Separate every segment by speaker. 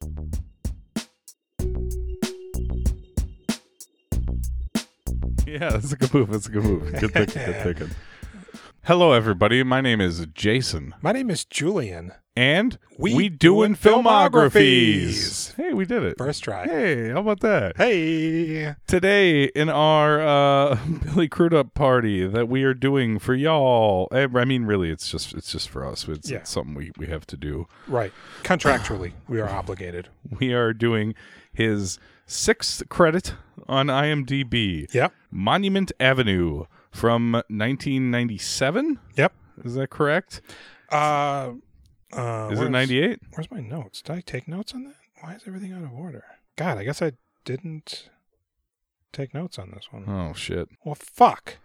Speaker 1: Yeah, that's a good move. That's a good move. Good thinking. Good thinking. Hello, everybody. My name is Jason,
Speaker 2: My name is Julian.
Speaker 1: and
Speaker 2: We
Speaker 1: doing
Speaker 2: doing
Speaker 1: filmographies.
Speaker 2: filmographies.
Speaker 1: Hey, we did it.
Speaker 2: First try.
Speaker 1: Hey, how about that?
Speaker 2: Hey.
Speaker 1: Today in our uh, Billy Crudup party that we are doing for y'all. eh, I mean, really, it's just it's just for us. It's,
Speaker 2: Yeah.
Speaker 1: it's something we, we have to do.
Speaker 2: Right. Contractually, we are obligated.
Speaker 1: We are doing his sixth credit on IMDb.
Speaker 2: Yep.
Speaker 1: Monument Avenue from 1997.
Speaker 2: Yep.
Speaker 1: Is that correct?
Speaker 2: Uh, uh,
Speaker 1: Is
Speaker 2: where's-
Speaker 1: it 98?
Speaker 2: Where's my notes? Did I take notes on that? Why is everything out of order? God, I guess I didn't take notes on this one.
Speaker 1: Oh shit!
Speaker 2: Well, fuck.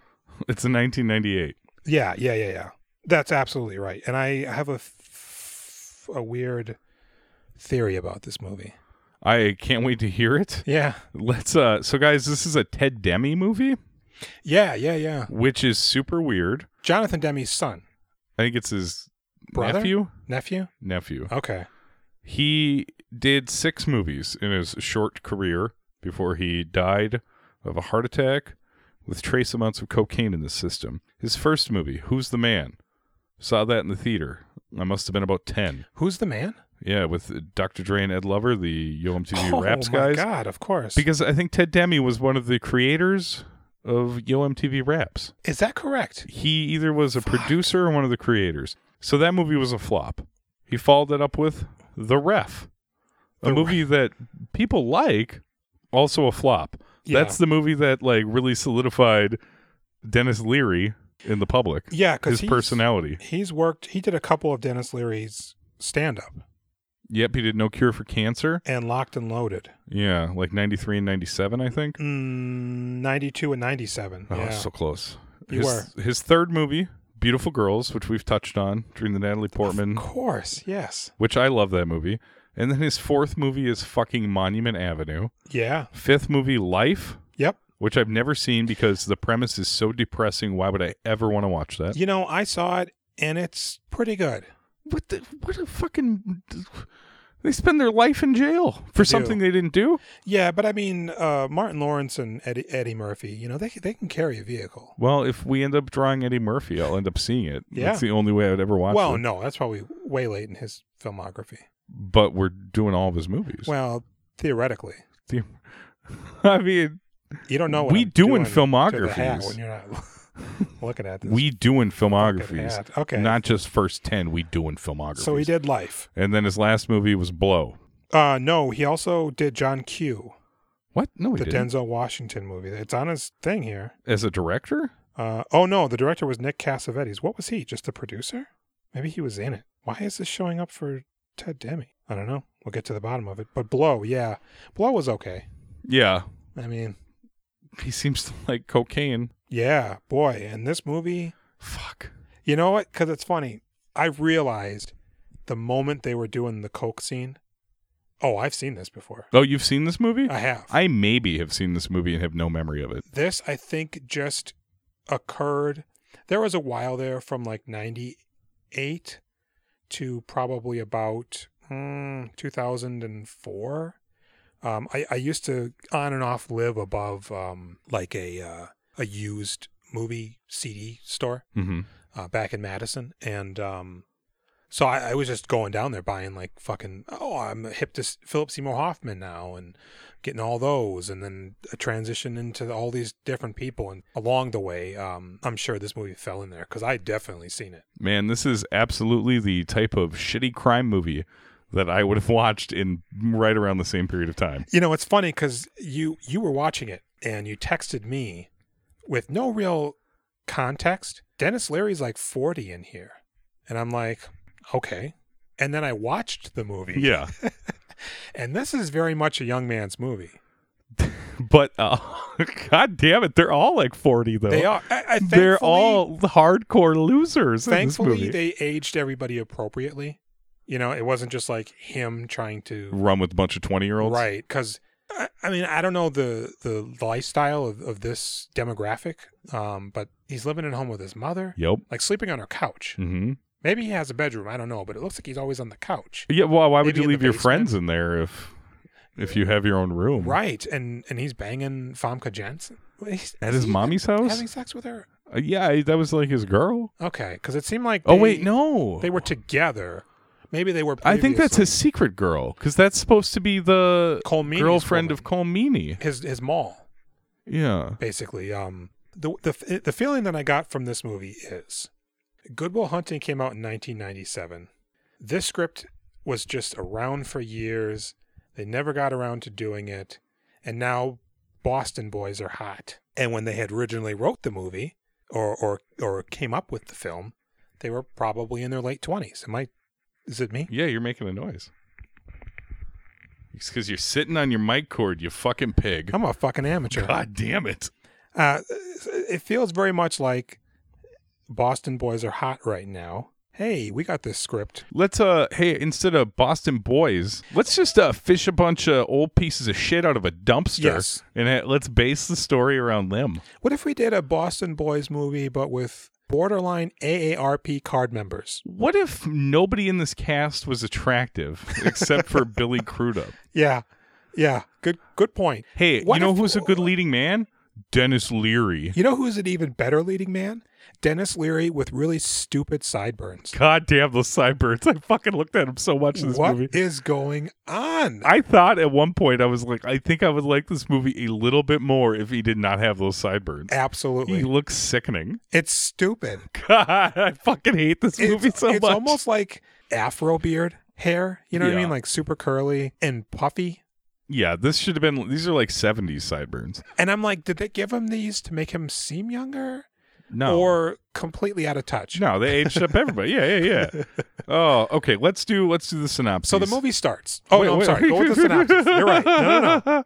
Speaker 1: It's a 1998.
Speaker 2: Yeah, yeah, yeah, yeah. That's absolutely right. And I have a f- a weird theory about this movie.
Speaker 1: I can't wait to hear it.
Speaker 2: Yeah.
Speaker 1: Let's uh so guys, this is a Ted Demi movie,
Speaker 2: Yeah, yeah, yeah.
Speaker 1: which is super weird.
Speaker 2: Jonathan Demi's son,
Speaker 1: I think it's his
Speaker 2: Brother?
Speaker 1: nephew.
Speaker 2: nephew?
Speaker 1: Nephew.
Speaker 2: Okay.
Speaker 1: He did six movies in his short career before he died of a heart attack with trace amounts of cocaine in the system. His first movie, Who's the Man? Saw that in the theater. I must have been about 10.
Speaker 2: Who's the man?
Speaker 1: Yeah, with Dr. Dre and Ed Lover, the Yo MTV
Speaker 2: oh
Speaker 1: Raps
Speaker 2: my
Speaker 1: guys.
Speaker 2: god, of course.
Speaker 1: Because I think Ted Demi was one of the creators of Yo MTV Raps.
Speaker 2: is that correct?
Speaker 1: He either was a producer or one of the creators. So that movie was a flop. He followed it up with The Ref, a
Speaker 2: The
Speaker 1: movie that people like, also a flop.
Speaker 2: Yeah.
Speaker 1: That's the movie that like really solidified Dennis Leary in the public.
Speaker 2: Yeah,
Speaker 1: his
Speaker 2: because
Speaker 1: personality.
Speaker 2: He's worked. He did a couple of Dennis Leary's stand up
Speaker 1: Yep, he did No Cure for Cancer.
Speaker 2: and Locked and Loaded,
Speaker 1: Yeah, like 93 and 97, I think.
Speaker 2: mm, ninety two and ninety seven.
Speaker 1: Oh,
Speaker 2: yeah.
Speaker 1: so close.
Speaker 2: You
Speaker 1: his, his third movie, Beautiful Girls, which we've touched on during the Natalie Portman
Speaker 2: of course, yes,
Speaker 1: which I love that movie. And then his fourth movie is fucking Monument Avenue.
Speaker 2: yeah,
Speaker 1: Fifth movie, Life,
Speaker 2: yep.
Speaker 1: which I've never seen because the premise is so depressing. Why would I ever want to watch that?
Speaker 2: You know, I saw it and it's pretty good.
Speaker 1: What the? What a fucking! They spend their life in jail for something they didn't do.
Speaker 2: Yeah, but I mean, uh, Martin Lawrence and Eddie, Eddie Murphy, you know, they they can carry a vehicle.
Speaker 1: Well, if we end up drawing Eddie Murphy, I'll end up seeing it.
Speaker 2: Yeah.
Speaker 1: that's the only way I would ever watch
Speaker 2: well,
Speaker 1: it.
Speaker 2: no, that's probably way late in his filmography.
Speaker 1: But we're doing all of his movies.
Speaker 2: Well, theoretically,
Speaker 1: The- I mean,
Speaker 2: you don't know. What
Speaker 1: We
Speaker 2: I'm
Speaker 1: doing
Speaker 2: doing to the hat
Speaker 1: filmographies.
Speaker 2: when you're not looking at this.
Speaker 1: we doing filmographies,
Speaker 2: hat. Okay.
Speaker 1: not just first ten. We doing filmographies.
Speaker 2: so he did Life.
Speaker 1: And then his last movie was Blow.
Speaker 2: Uh, no, he also did John Q,
Speaker 1: What? No, he
Speaker 2: the
Speaker 1: didn't.
Speaker 2: Denzel Washington movie. It's on his thing here.
Speaker 1: As a director?
Speaker 2: Uh, oh no, the director was Nick Cassavetes. What was he? Just a producer? Maybe he was in it. Why is this showing up for Ted Demi? I don't know. We'll get to the bottom of it. But Blow, yeah, Blow was okay.
Speaker 1: Yeah.
Speaker 2: I mean,
Speaker 1: He seems to like cocaine.
Speaker 2: yeah, boy. And this movie,
Speaker 1: Fuck.
Speaker 2: you know what? Because it's funny. I realized the moment they were doing the coke scene. Oh, I've seen this before.
Speaker 1: Oh, you've seen this movie?
Speaker 2: I have.
Speaker 1: I maybe have seen this movie and have no memory of it.
Speaker 2: this i think just occurred there was a while there from like 98 to probably about mm, 2004 um, I, I used to on and off live above um, like a uh, a used movie cd store
Speaker 1: Mm-hmm.
Speaker 2: uh, back in Madison, and um, so I, I was just going down there buying like fucking oh I'm hip to S- Philip Seymour Hoffman now and getting all those, and then a transition into all these different people, and along the way, um, I'm sure this movie fell in there because I definitely seen it.
Speaker 1: Man, this is absolutely the type of shitty crime movie that I would have watched in right around the same period of time.
Speaker 2: You know, it's funny because you you were watching it and you texted me with no real context. Dennis Leary's like 40 in here, and I'm like, okay. And then I watched the movie.
Speaker 1: Yeah.
Speaker 2: And this is very much a young man's movie.
Speaker 1: But uh, god damn it, they're all like 40 though.
Speaker 2: They are. I, I,
Speaker 1: They're
Speaker 2: thankfully-
Speaker 1: all hardcore losers in this
Speaker 2: Thankfully,
Speaker 1: movie.
Speaker 2: they aged everybody appropriately. You know, it wasn't just like him trying to
Speaker 1: Run with a bunch of 20-year-olds.
Speaker 2: right because. I I mean, I don't know the, the lifestyle of, of this demographic, um, but he's living at home with his mother,
Speaker 1: Yep.
Speaker 2: like sleeping on her couch.
Speaker 1: Mhm.
Speaker 2: Maybe he has a bedroom, I don't know, but it looks like he's always on the couch.
Speaker 1: Yeah, well, why would
Speaker 2: Maybe
Speaker 1: you
Speaker 2: in the
Speaker 1: leave your
Speaker 2: basement.
Speaker 1: friends in there if if you have your own room?
Speaker 2: Right, and, and he's banging Famke Jensen. Wait,
Speaker 1: At
Speaker 2: is
Speaker 1: his
Speaker 2: he
Speaker 1: mommy's
Speaker 2: even
Speaker 1: house?
Speaker 2: Having sex with her?
Speaker 1: Uh, yeah, I- that was like his girl.
Speaker 2: Okay, because it seemed like.
Speaker 1: Oh
Speaker 2: they-
Speaker 1: wait, no.
Speaker 2: They were together. Maybe they were.
Speaker 1: I think that's
Speaker 2: previously.
Speaker 1: his secret girl because that's supposed to be the
Speaker 2: Colmeany's
Speaker 1: girlfriend
Speaker 2: woman.
Speaker 1: of Colmini.
Speaker 2: his his mall
Speaker 1: Yeah.
Speaker 2: basically. Um, the the the feeling that I got from this movie is, Goodwill Hunting came out in 1997. This script was just around for years. They never got around to doing it, and now Boston boys are hot. And when they had originally wrote the movie, or or or came up with the film, they were probably in their late 20s. Am I? Is it me?
Speaker 1: Yeah, you're making a noise. It's because you're sitting on your mic cord, you fucking pig.
Speaker 2: I'm a fucking amateur.
Speaker 1: God damn it.
Speaker 2: Uh, it feels very much like Boston boys are hot right now. Hey, we got this script.
Speaker 1: Let's uh hey, instead of Boston boys, let's just uh fish a bunch of old pieces of shit out of a dumpster
Speaker 2: Yes.
Speaker 1: and uh, let's base the story around them.
Speaker 2: What if we did a Boston boys movie but with borderline AARP card members?
Speaker 1: What if nobody in this cast was attractive except for Billy Crudup?
Speaker 2: Yeah. Yeah, good good point.
Speaker 1: Hey,
Speaker 2: What
Speaker 1: you know
Speaker 2: if-
Speaker 1: who's a good leading man? Dennis Leary.
Speaker 2: You know who's an even better leading man? Dennis Leary with really stupid sideburns.
Speaker 1: God damn those sideburns. I fucking looked at him so much in this
Speaker 2: What
Speaker 1: movie.
Speaker 2: is going on?
Speaker 1: I thought at one point I was like, I think I would like this movie a little bit more if he did not have those sideburns. He
Speaker 2: Absolutely.
Speaker 1: looks sickening.
Speaker 2: It's stupid.
Speaker 1: God, I fucking hate this
Speaker 2: it's,
Speaker 1: movie so
Speaker 2: it's
Speaker 1: much.
Speaker 2: almost like afro beard hair. You know what I
Speaker 1: Yeah.
Speaker 2: mean? Like super curly and puffy.
Speaker 1: yeah, this should have been. These are like '70s sideburns.
Speaker 2: And I'm like, did they give him these to make him seem younger
Speaker 1: No,
Speaker 2: or completely out of touch?
Speaker 1: no, they aged up everybody. Yeah, yeah, yeah. oh, okay. Let's do. Let's do the synopsis.
Speaker 2: So the movie starts. Oh,
Speaker 1: Wait,
Speaker 2: no, I'm
Speaker 1: wait.
Speaker 2: sorry. Go with the synopsis. You're right. No, no, no.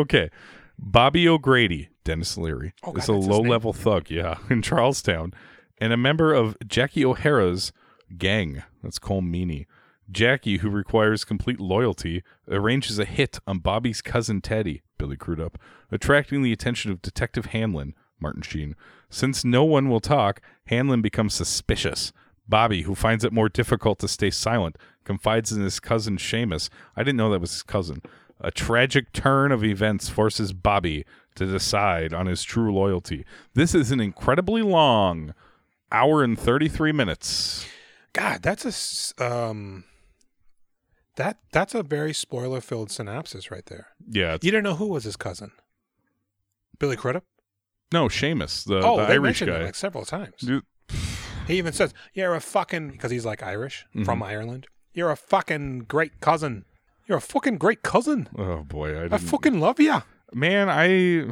Speaker 1: okay. Bobby O'Grady, Dennis Leary,
Speaker 2: Oh, God,
Speaker 1: is a
Speaker 2: that's his
Speaker 1: low level thug, yeah, in Charlestown, and a member of Jackie O'Hara's gang. That's Cole Meany. Jackie, who requires complete loyalty, arranges a hit on Bobby's cousin Teddy, Billy Crudup, attracting the attention of Detective Hanlon, Martin Sheen. Since no one will talk, Hanlon becomes suspicious. Bobby, who finds it more difficult to stay silent, confides in his cousin Seamus. I didn't know that was his cousin. A tragic turn of events forces Bobby to decide on his true loyalty. This is an incredibly long hour and 33 minutes.
Speaker 2: God, that's a s- um that that's a very spoiler filled synopsis right there.
Speaker 1: Yeah. it's-
Speaker 2: You didn't know who was his cousin? Billy Crudup?
Speaker 1: No, Seamus, the,
Speaker 2: oh,
Speaker 1: Uh, the
Speaker 2: they
Speaker 1: Irish
Speaker 2: mentioned it
Speaker 1: guy.
Speaker 2: like several times.
Speaker 1: Dude,
Speaker 2: He even says, "You're a fucking," because he's like Irish
Speaker 1: Mhm.
Speaker 2: from Ireland. You're a fucking great cousin. You're a fucking great cousin.
Speaker 1: Oh boy, I,
Speaker 2: I
Speaker 1: didn't,
Speaker 2: fucking love ya.
Speaker 1: man, I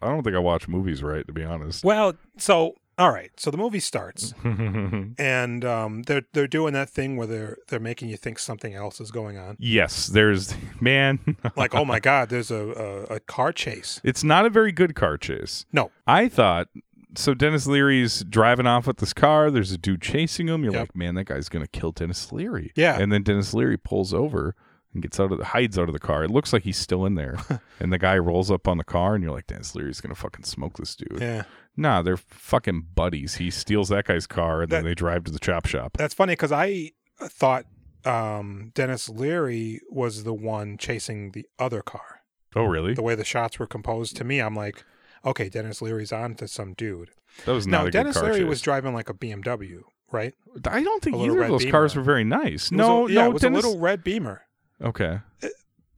Speaker 1: I don't think I watch movies right to be honest.
Speaker 2: Well, so all right, so the movie starts, and um, they're they're doing that thing where they're they're making you think something else is going on.
Speaker 1: yes, there's man,
Speaker 2: Like, oh my god, there's a, a a car chase.
Speaker 1: it's not a very good car chase.
Speaker 2: No,
Speaker 1: I thought so. Dennis Leary's driving off with this car. There's a dude chasing him. You're
Speaker 2: Yep.
Speaker 1: like, man, that guy's gonna kill Dennis Leary.
Speaker 2: Yeah.
Speaker 1: And then Dennis Leary pulls over and gets out of the hides out of the car. It looks like he's still in there. and the guy rolls up on the car, and you're like, Dennis Leary's gonna fucking smoke this dude.
Speaker 2: yeah,
Speaker 1: Nah, they're fucking buddies. He steals that guy's car, and then
Speaker 2: That-
Speaker 1: they drive to the chop shop.
Speaker 2: that's funny because I thought um, Dennis Leary was the one chasing the other car.
Speaker 1: oh, really?
Speaker 2: The way the shots were composed to me, I'm like, okay, Dennis Leary's on to some dude.
Speaker 1: That was not
Speaker 2: Now
Speaker 1: a
Speaker 2: Dennis
Speaker 1: good car
Speaker 2: Leary
Speaker 1: chase.
Speaker 2: was driving like a BMW, right?
Speaker 1: I don't think
Speaker 2: a little
Speaker 1: either of
Speaker 2: red
Speaker 1: those
Speaker 2: Beamer.
Speaker 1: cars were very nice.
Speaker 2: It was
Speaker 1: no,
Speaker 2: a, yeah,
Speaker 1: no,
Speaker 2: it was
Speaker 1: Dennis.
Speaker 2: a little red Beamer
Speaker 1: Okay,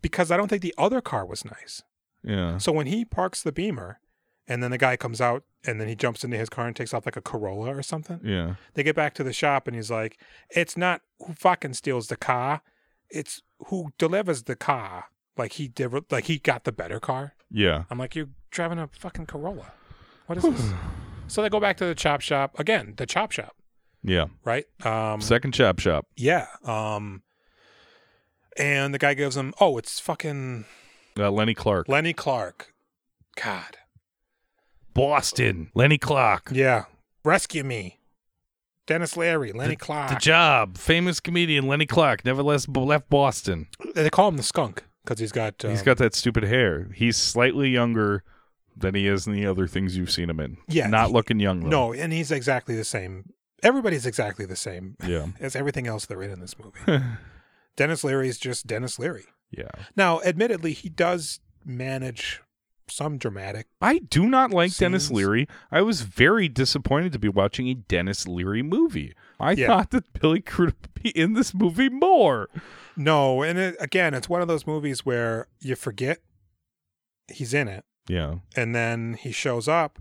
Speaker 2: because I don't think the other car was nice.
Speaker 1: yeah.
Speaker 2: So when he parks the Beamer, and then the guy comes out, and then he jumps into his car and takes off like a Corolla or something.
Speaker 1: Yeah.
Speaker 2: They get back to the shop, and he's like, "It's not who fucking steals the car, it's who delivers the car." Like he did, like he got the better car.
Speaker 1: Yeah.
Speaker 2: I'm like, "You're driving a fucking Corolla. What is this?" so they go back to the chop shop again. The chop shop,
Speaker 1: Yeah.
Speaker 2: right? Um,
Speaker 1: Second chop shop.
Speaker 2: yeah. Um, and the guy gives him, "Oh, it's fucking
Speaker 1: Uh, Lenny Clark.
Speaker 2: Lenny Clark." God.
Speaker 1: Boston. Lenny Clark.
Speaker 2: Yeah. Rescue me. Dennis Leary, Lenny Clark.
Speaker 1: The job. Famous comedian Lenny Clark never left, left Boston.
Speaker 2: they call him the skunk because he's got. Um,
Speaker 1: He's got that stupid hair. He's slightly younger than he is in the other things you've seen him in.
Speaker 2: Yeah,
Speaker 1: Not
Speaker 2: he-
Speaker 1: looking young, though.
Speaker 2: No, and he's exactly the same. Everybody's exactly the same
Speaker 1: Yeah.
Speaker 2: as everything else they're in in this movie. Dennis Leary's just Dennis Leary.
Speaker 1: Yeah.
Speaker 2: Now, admittedly, he does manage some dramatic.
Speaker 1: I do not like Dennis
Speaker 2: Scenes.
Speaker 1: Leary. I was very disappointed to be watching a Dennis Leary movie. I
Speaker 2: Yeah.
Speaker 1: thought that Billy Crudup would be in this movie more.
Speaker 2: No, and it, again, it's one of those movies where you forget he's in it,
Speaker 1: Yeah.
Speaker 2: and then he shows up.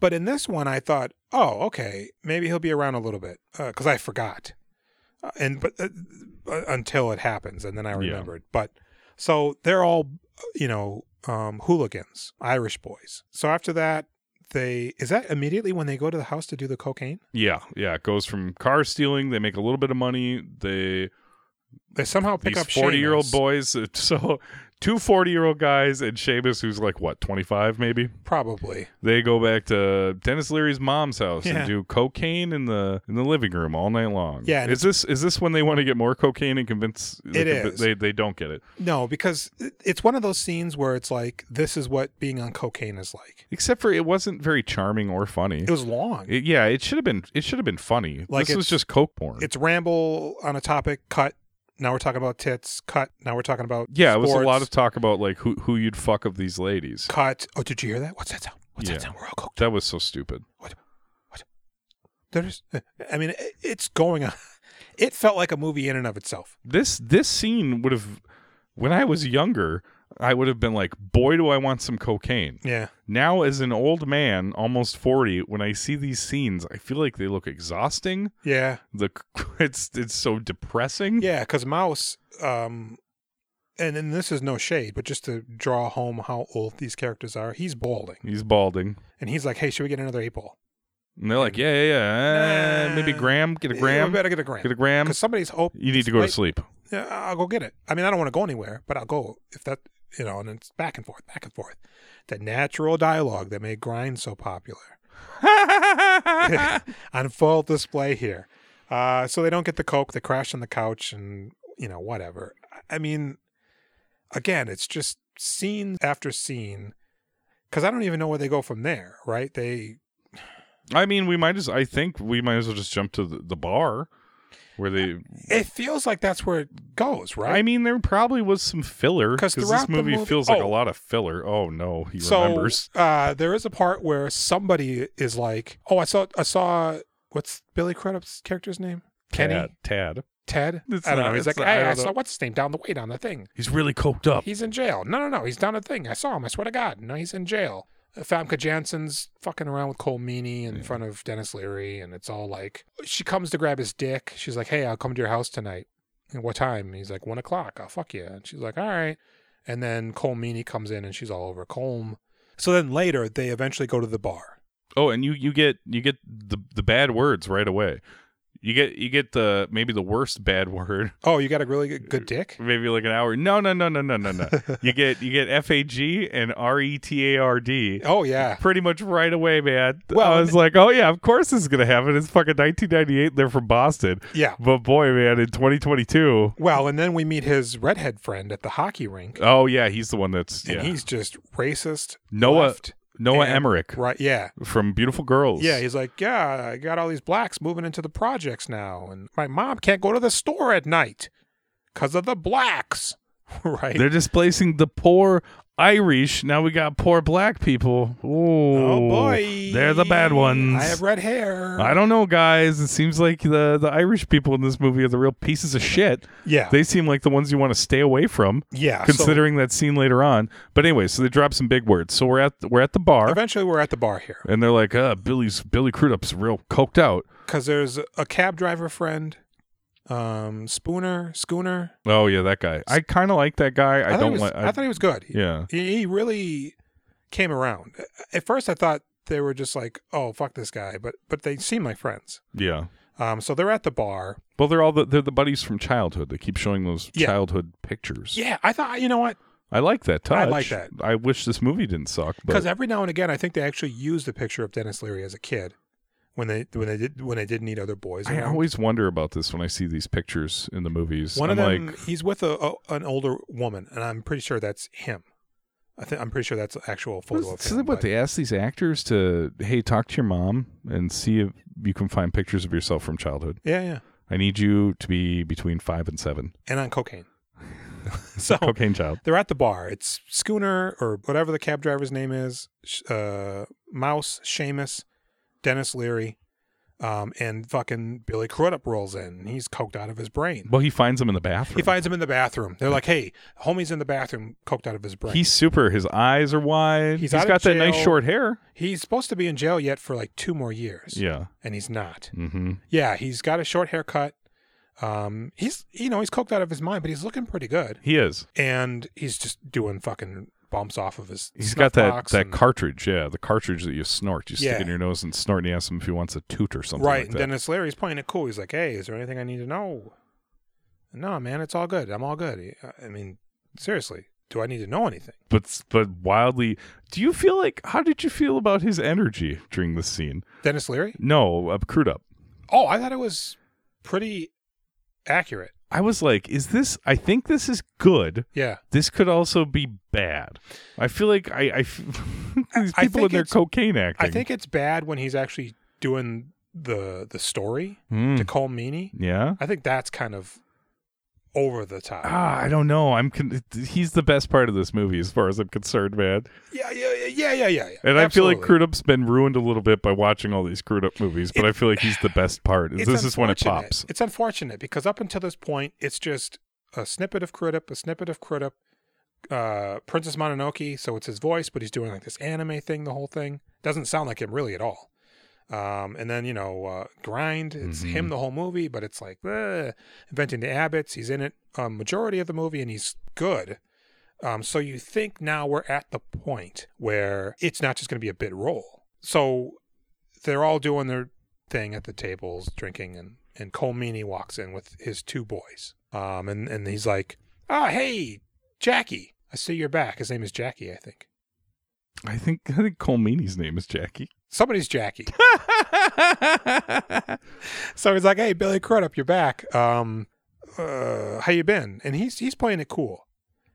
Speaker 2: But in this one, I thought, oh, okay, maybe he'll be around a little bit because I forgot, uh, and but uh, uh, until it happens, and then I
Speaker 1: Yeah.
Speaker 2: remembered. But so they're all, you know, um, hooligans, Irish boys. So after that, they is that immediately when they go to the house to do the cocaine?
Speaker 1: Yeah. Yeah. It goes from car stealing. They make a little bit of money. They,
Speaker 2: They somehow pick
Speaker 1: these
Speaker 2: up
Speaker 1: 40 year old
Speaker 2: Seamus.
Speaker 1: boys. So two 40 year old guys and Seamus, who's like, what, 25 maybe?
Speaker 2: probably.
Speaker 1: They go back to Dennis Leary's mom's house
Speaker 2: Yeah.
Speaker 1: and do cocaine in the in the living room all night long.
Speaker 2: Yeah, and
Speaker 1: Is this is this when they want to get more cocaine and convince they
Speaker 2: It
Speaker 1: convi-
Speaker 2: is.
Speaker 1: they they don't get it.
Speaker 2: No, because it- it's one of those scenes where it's like, this is what being on cocaine is like.
Speaker 1: Except for it wasn't very charming or funny.
Speaker 2: It was long.
Speaker 1: It- yeah, it should have been it should have been funny.
Speaker 2: Like
Speaker 1: this was
Speaker 2: it's-
Speaker 1: just coke porn.
Speaker 2: It's ramble on a topic, cut. Now we're talking about tits, cut. Now we're talking about
Speaker 1: yeah, it was a
Speaker 2: sports,
Speaker 1: lot of talk about like who who you'd fuck of these ladies.
Speaker 2: cut. Oh, did you hear that? What's that sound? What's
Speaker 1: Yeah.
Speaker 2: that sound? We're all coked.
Speaker 1: That was so stupid.
Speaker 2: There's, eh, I mean, it- it's going on. It felt like a movie in and of itself.
Speaker 1: This this scene would have when I was younger, I would have been like, "Boy, do I want some cocaine."
Speaker 2: Yeah.
Speaker 1: Now, as an old man, almost forty, when I see these scenes, I feel like they look exhausting.
Speaker 2: Yeah.
Speaker 1: The it's it's so depressing.
Speaker 2: Yeah. Because Mouse, um, and, and this is no shade, but just to draw home how old these characters are, he's balding.
Speaker 1: He's balding,
Speaker 2: And he's like, hey, should we get another eight ball?
Speaker 1: and they're like, "Yeah, yeah, yeah, uh, maybe
Speaker 2: Nah.
Speaker 1: Graham, get a
Speaker 2: Yeah,
Speaker 1: Graham,
Speaker 2: We better get a gram.
Speaker 1: get a Graham."
Speaker 2: Because somebody's hope.
Speaker 1: You need to go to
Speaker 2: like,
Speaker 1: sleep.
Speaker 2: Yeah, I'll go get it. I mean, I don't want to go anywhere, but I'll go if that, you know, and it's back and forth, back and forth. The natural dialogue that made Grind so popular on full display here. Uh, so they don't get the Coke, they crash on the couch and, you know, whatever. I mean, again, it's just scene after scene. Because I don't even know where they go from there, right? They,
Speaker 1: I mean, we might as I think we might as well just jump to the, the bar where they.
Speaker 2: it feels like that's where it goes, Uh, right?
Speaker 1: I mean, there probably was some filler
Speaker 2: 'Cause
Speaker 1: because this
Speaker 2: throughout the
Speaker 1: movie,
Speaker 2: movie-
Speaker 1: feels like a
Speaker 2: oh.
Speaker 1: lot of filler. Oh no, he
Speaker 2: so
Speaker 1: remembers.
Speaker 2: uh, there is a part where somebody is like, "Oh, I saw, I saw what's Billy Crudup's character's name? Kenny,
Speaker 1: Tad, Tad.
Speaker 2: Ted?
Speaker 1: It's
Speaker 2: I don't
Speaker 1: not-
Speaker 2: know. He's
Speaker 1: it's
Speaker 2: like,
Speaker 1: not- I
Speaker 2: hey,
Speaker 1: don't
Speaker 2: I,
Speaker 1: know."
Speaker 2: saw what's his name down the way down the thing.
Speaker 1: He's really coked up.
Speaker 2: He's in jail. No, no, no, he's down the thing. I saw him. I swear to God, no, he's in jail." Uh, Famke Janssen's fucking around with Cole Meany in
Speaker 1: Yeah.
Speaker 2: front of Dennis Leary, and it's all like she comes to grab his dick. She's like, "Hey, I'll come to your house tonight." And what time? And he's like, "One o'clock. I'll fuck you." And she's like, "All right." And then Cole Meany comes in, and she's all over Colm. So then later, they eventually go to the bar.
Speaker 1: Oh, and you you get you get the the bad words right away. You get you get the maybe the worst bad word
Speaker 2: Oh, you got a really good,
Speaker 1: Mm.
Speaker 2: good dick.
Speaker 1: maybe like an hour. No no no no no no no. you get you get F A G and R E T A R D.
Speaker 2: Oh yeah,
Speaker 1: pretty much right away, man.
Speaker 2: Well,
Speaker 1: I was like, oh yeah, of course this is gonna happen. It's fucking 1998. They're from Boston,
Speaker 2: yeah.
Speaker 1: but boy, man, in 2022.
Speaker 2: Well, and then we meet his redhead friend at the hockey rink,
Speaker 1: Oh yeah, he's the one that's
Speaker 2: and
Speaker 1: yeah.
Speaker 2: he's just racist.
Speaker 1: Noah
Speaker 2: left,
Speaker 1: Noah
Speaker 2: and
Speaker 1: Emmerich
Speaker 2: right? Yeah,
Speaker 1: from Beautiful Girls.
Speaker 2: yeah. He's like, yeah, I got all these blacks moving into the projects now, and my mom can't go to the store at night because of the blacks, right?
Speaker 1: they're displacing the poor Irish. Now we got poor black people. Ooh,
Speaker 2: oh boy,
Speaker 1: they're the bad ones.
Speaker 2: I have red hair.
Speaker 1: I don't know, guys. It seems like the, the Irish people in this movie are the real pieces of shit.
Speaker 2: yeah,
Speaker 1: They seem like the ones you want to stay away from.
Speaker 2: yeah. so
Speaker 1: considering that scene later on. But anyway, so they drop some big words. So we're at we're at the bar,
Speaker 2: eventually we're at the bar here
Speaker 1: and they're like, "Uh, Billy's Billy Crudup's real coked out."
Speaker 2: because there's a cab driver friend, um, Spooner, Schooner.
Speaker 1: Oh yeah, that guy. I kind of like that guy. I,
Speaker 2: thought he
Speaker 1: don't
Speaker 2: was-
Speaker 1: like.
Speaker 2: I, thought he was good. He-
Speaker 1: yeah,
Speaker 2: He, he really came around. At first, I thought they were just like, "Oh, fuck this guy," but but they seem like friends.
Speaker 1: yeah.
Speaker 2: Um, so they're at the bar.
Speaker 1: Well, they're all the, they're the buddies from childhood. They keep showing those
Speaker 2: Yeah.
Speaker 1: childhood pictures.
Speaker 2: Yeah, I thought you know what?
Speaker 1: I like that touch.
Speaker 2: I like that.
Speaker 1: I wish this movie didn't suck.
Speaker 2: Because
Speaker 1: But
Speaker 2: every now and again, I think they actually use the picture of Dennis Leary as a kid when they when they did when they didn't need other boys.
Speaker 1: I
Speaker 2: around.
Speaker 1: always wonder about this when I see these pictures in the movies.
Speaker 2: one
Speaker 1: I'm
Speaker 2: of them
Speaker 1: like,
Speaker 2: he's with a, a- an older woman, and I'm pretty sure that's him. I think I'm pretty sure that's an actual photo of
Speaker 1: So
Speaker 2: him.
Speaker 1: then what
Speaker 2: but-
Speaker 1: they ask these actors to, hey, talk to your mom and see if you can find pictures of yourself from childhood.
Speaker 2: yeah, yeah,
Speaker 1: I need you to be between five and seven.
Speaker 2: and on cocaine. so
Speaker 1: Cocaine Child.
Speaker 2: they're at the bar. It's Schooner or whatever the cab driver's name is, Sh- uh, Mouse, Seamus, Dennis Leary, um, and fucking Billy Crudup rolls in. He's coked out of his brain.
Speaker 1: Well, he finds him in the bathroom.
Speaker 2: He finds him in the bathroom. They're like, "Hey, homie's in the bathroom, coked out of his brain."
Speaker 1: He's super. His eyes are wide.
Speaker 2: He's
Speaker 1: he's
Speaker 2: out of
Speaker 1: got that nice
Speaker 2: jail.
Speaker 1: short hair.
Speaker 2: he's supposed to be in jail yet for like two more years,
Speaker 1: Yeah.
Speaker 2: and he's not.
Speaker 1: Mm-hmm.
Speaker 2: Yeah, he's got a short haircut. Um, he's you know he's coked out of his mind, but he's looking pretty good,
Speaker 1: He is.
Speaker 2: and he's just doing fucking bumps off of his.
Speaker 1: He's
Speaker 2: He's
Speaker 1: got that, that cartridge. Yeah, the cartridge that you snort. You stick
Speaker 2: Yeah.
Speaker 1: in your nose and snort. And he asks him if he wants a toot or something.
Speaker 2: right,
Speaker 1: Like
Speaker 2: and
Speaker 1: that.
Speaker 2: Dennis Leary's playing it cool. He's like, "Hey, is there anything I need to know?" No, man, it's all good. I'm all good. uh, I mean, seriously, do I need to know anything?
Speaker 1: but but wildly. Do you feel like? How did you feel about his energy during this scene?
Speaker 2: Dennis Leary?
Speaker 1: No, uh, crude up.
Speaker 2: Oh, I thought it was pretty accurate.
Speaker 1: I was like, is this? I think this is good.
Speaker 2: Yeah,
Speaker 1: This could also be bad. I feel like I, I f- these
Speaker 2: I
Speaker 1: people
Speaker 2: think
Speaker 1: in their
Speaker 2: it's-
Speaker 1: cocaine acting.
Speaker 2: I think it's bad when he's actually doing the the story
Speaker 1: Mm.
Speaker 2: to Cole Meany.
Speaker 1: yeah.
Speaker 2: I think that's kind of over the top.
Speaker 1: Ah, I don't know. I'm con- he's the best part of this movie as far as I'm concerned, man.
Speaker 2: yeah, yeah, yeah, yeah, yeah, yeah. yeah.
Speaker 1: And I feel like
Speaker 2: Absolutely.
Speaker 1: Crude Up's been ruined a little bit by watching all these Crude Up movies, but
Speaker 2: It-
Speaker 1: I feel like he's the best part.
Speaker 2: It's
Speaker 1: This is when it
Speaker 2: unfortunate.
Speaker 1: pops.
Speaker 2: It's unfortunate because up until this point, it's just a snippet of Crudup, a snippet of Crudup, uh, Princess Mononoke. So it's his voice, but he's doing like this anime thing. The whole thing doesn't sound like him really at all. Um, and then you know, uh, grind. It's
Speaker 1: Mhm.
Speaker 2: him the whole movie, but it's like eh. inventing the abbots. He's in it a majority of the movie, and he's good. Um, so you think now we're at the point where it's not just going to be a bit role. So they're all doing their thing at the tables, drinking, and and Cole Meany walks in with his two boys. Um, and and he's like, "Ah, hey, Jackie, I see you're back." His name is Jackie, I think.
Speaker 1: I think I think Cole Meany's name is Jackie.
Speaker 2: Somebody's Jackie. so he's like, "Hey, Billy Crudup, you're back. Um, uh, how you been?" And he's he's playing it cool.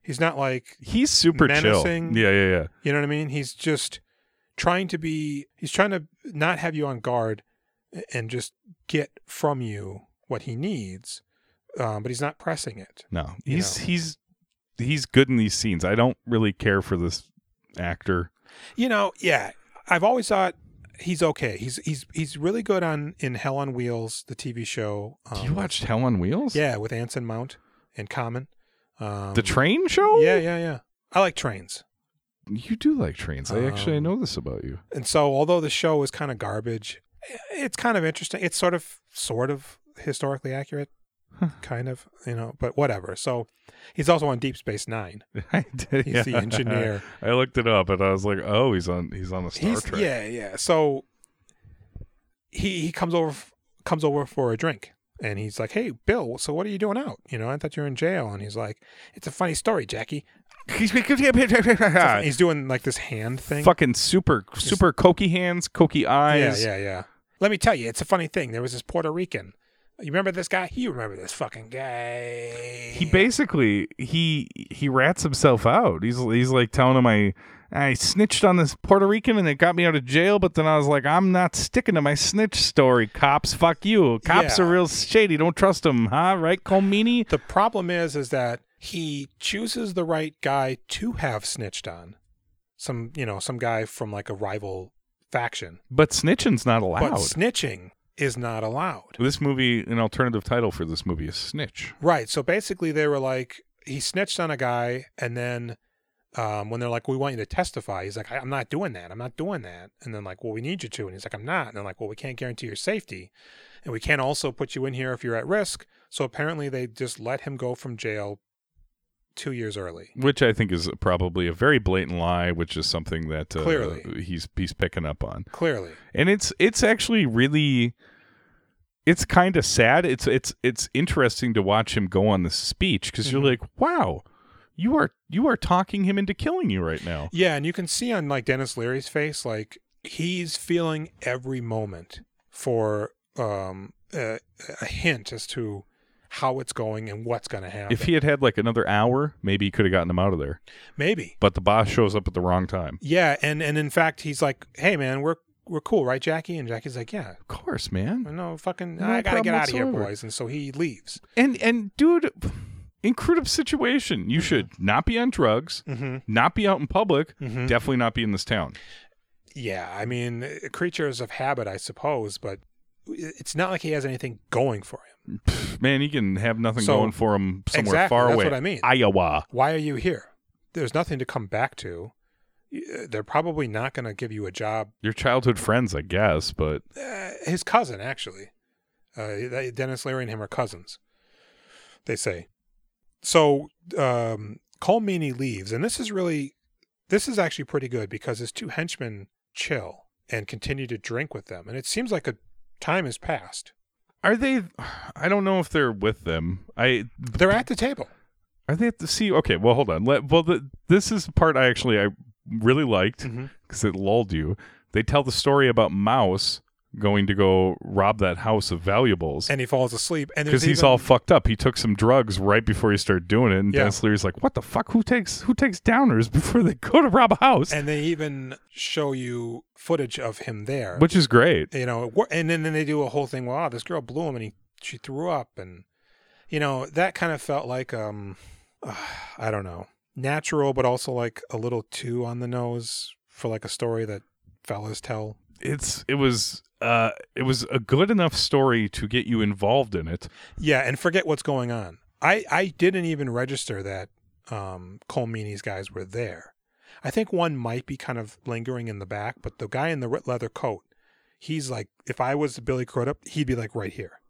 Speaker 2: He's not like
Speaker 1: he's super
Speaker 2: Menacing.
Speaker 1: chill. Yeah, yeah, yeah.
Speaker 2: You know what I mean? He's just trying to be, he's trying to not have you on guard and just get from you what he needs, um, but he's not pressing it.
Speaker 1: No,
Speaker 2: You
Speaker 1: he's he's he's good in these scenes. I don't really care for this actor.
Speaker 2: You know, yeah, I've always thought he's okay. He's he's he's really good on in Hell on Wheels, the TV show. um,
Speaker 1: Do you watch Hell on Wheels?
Speaker 2: Yeah, with Anson Mount and Common. Um,
Speaker 1: the train show.
Speaker 2: Yeah, yeah, yeah. I like trains.
Speaker 1: you do like trains. I actually I
Speaker 2: Um,
Speaker 1: know this about you.
Speaker 2: And so, although the show is kind of garbage, it's kind of interesting. It's sort of, sort of historically accurate,
Speaker 1: Huh.
Speaker 2: kind of, you know, but whatever. So, he's also on Deep Space Nine.
Speaker 1: I did.
Speaker 2: He's the
Speaker 1: yeah.
Speaker 2: engineer.
Speaker 1: I looked it up and I was like, oh, he's on he's on a Star
Speaker 2: he's
Speaker 1: Trek.
Speaker 2: yeah, yeah. So, he he comes over comes over for a drink, and he's like, "Hey, Bill, so what are you doing out? You know, I thought you were in jail." And he's like, "It's a funny story, Jackie." It's a fu- he's doing like this hand thing.
Speaker 1: Fucking super super cokey hands, cokey
Speaker 2: Yeah,
Speaker 1: eyes.
Speaker 2: yeah, yeah. Let me tell you, it's a funny thing. There was this Puerto Rican. You remember this guy? You remember this fucking guy?
Speaker 1: He basically he he rats himself out. He's he's like telling him I I snitched on this Puerto Rican and it got me out of jail, but then I was like, I'm not sticking to my snitch story. Cops, fuck you. Cops
Speaker 2: Yeah.
Speaker 1: are real shady. Don't trust them, huh? Right, Colmini?
Speaker 2: The problem is, is that he chooses the right guy to have snitched on. Some, you know, some guy from like a rival faction.
Speaker 1: But snitching's not allowed.
Speaker 2: But snitching is not allowed.
Speaker 1: this movie, an alternative title for this movie is Snitch.
Speaker 2: Right. So basically, they were like, he snitched on a guy, and then um, when they're like, we want you to testify, he's like, I- I'm not doing that. I'm not doing that. And then, like, well, we need you to. And he's like, I'm not. And they're like, well, we can't guarantee your safety. And we can't also put you in here if you're at risk. So apparently, they just let him go from jail two years early.
Speaker 1: which I think is probably a very blatant lie, which is something that uh,
Speaker 2: Clearly.
Speaker 1: he's he's picking up on,
Speaker 2: Clearly.
Speaker 1: and it's it's actually really it's kind of sad. It's it's it's interesting to watch him go on this speech because
Speaker 2: Mhm.
Speaker 1: you're like, wow, you are you are talking him into killing you right now.
Speaker 2: Yeah. And you can see on like Dennis Leary's face, like, he's feeling every moment for um, a, a hint as to how it's going and what's going to happen.
Speaker 1: If he had had like another hour, maybe he could have gotten him out of there.
Speaker 2: Maybe.
Speaker 1: But the boss shows up at the wrong time.
Speaker 2: Yeah, and and in fact, he's like, "Hey, man, we're we're cool, right, Jackie?" And Jackie's like, "Yeah,
Speaker 1: Of course, man.
Speaker 2: no, fucking,
Speaker 1: No
Speaker 2: I gotta get
Speaker 1: problem
Speaker 2: out of here,
Speaker 1: whatsoever."
Speaker 2: boys." And so he leaves.
Speaker 1: And and dude, in crudib situation. You should not be on drugs,
Speaker 2: Mm-hmm.
Speaker 1: not be out in public,
Speaker 2: Mhm.
Speaker 1: definitely not be in this town.
Speaker 2: Yeah, I mean, uh, creatures of habit, I suppose, but i- it's not like he has anything going for him.
Speaker 1: Man, he can have nothing
Speaker 2: So-
Speaker 1: going for him somewhere
Speaker 2: Exactly,
Speaker 1: far
Speaker 2: that's
Speaker 1: away.
Speaker 2: what I mean.
Speaker 1: Iowa.
Speaker 2: Why are you here? There's nothing to come back to. Y- uh, They're probably not going to give you a job.
Speaker 1: Your childhood friends, I guess, but
Speaker 2: Uh, his cousin, actually, uh, they- Dennis Leary and him are cousins. They say. So um, Colmeany leaves, and this is really, this is actually pretty good because his two henchmen chill and continue to drink with them, and it seems like a time has passed.
Speaker 1: are they? I don't know if they're with them. I
Speaker 2: They're at the table.
Speaker 1: are they at the sea? Okay, well, hold on. Let, well, the, this is the part I actually I really liked
Speaker 2: Mhm.
Speaker 1: because it lulled you. They tell the story about Mouse going to go rob that house of valuables.
Speaker 2: and he falls asleep. And
Speaker 1: because
Speaker 2: there's
Speaker 1: he's
Speaker 2: even-
Speaker 1: all fucked up. He took some drugs right before he started doing it, and
Speaker 2: Yeah.
Speaker 1: Dennis Leary's like, "What the fuck? Who takes who takes downers before they go to rob a house?"
Speaker 2: and they even show you footage of him there,
Speaker 1: Which is great.
Speaker 2: you know, wh- and then, then they do a whole thing. Wow, this girl blew him, and he she threw up, and you know that kind of felt like um, I don't know, natural, but also like a little too on the nose for like a story that fellas tell.
Speaker 1: It's it was uh it was a good enough story to get you involved in it.
Speaker 2: Yeah, and forget what's going on. I I didn't even register that um Colmeany's guys were there. I think one might be kind of lingering in the back, but the guy in the red leather coat, he's like, if I was Billy Crudup, he'd be like right here,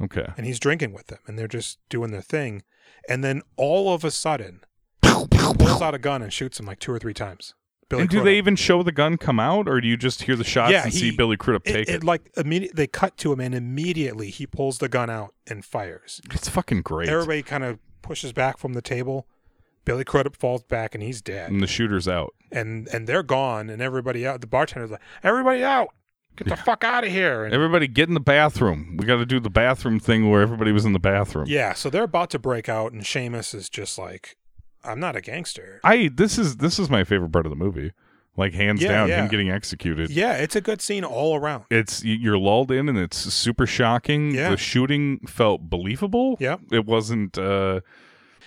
Speaker 1: Okay.
Speaker 2: and he's drinking with them, and they're just doing their thing, and then all of a sudden, pulls out a gun and shoots him like two or three times. Billy
Speaker 1: and do they
Speaker 2: Crudup.
Speaker 1: even show the gun come out, or do you just hear the shots
Speaker 2: Yeah,
Speaker 1: and
Speaker 2: he-
Speaker 1: see Billy Crudup take
Speaker 2: It, it, like immediately they cut to him, and immediately he pulls the gun out and fires.
Speaker 1: It's fucking great.
Speaker 2: Everybody kind of pushes back from the table. Billy Crudup falls back and he's dead.
Speaker 1: and the shooter's out.
Speaker 2: And and they're gone and everybody out the bartender's like, Everybody out. Get the fuck out of here. And
Speaker 1: Everybody get in the bathroom. We got to do the bathroom thing where everybody was in the bathroom.
Speaker 2: yeah, so they're about to break out and Seamus is just like, I'm not a gangster.
Speaker 1: I this is this is my favorite part of the movie. Like hands
Speaker 2: Yeah,
Speaker 1: down,
Speaker 2: yeah.
Speaker 1: him getting executed.
Speaker 2: yeah, it's a good scene all around.
Speaker 1: it's y- you're lulled in and it's super shocking
Speaker 2: Yeah.
Speaker 1: the shooting felt believable
Speaker 2: Yeah.
Speaker 1: it wasn't uh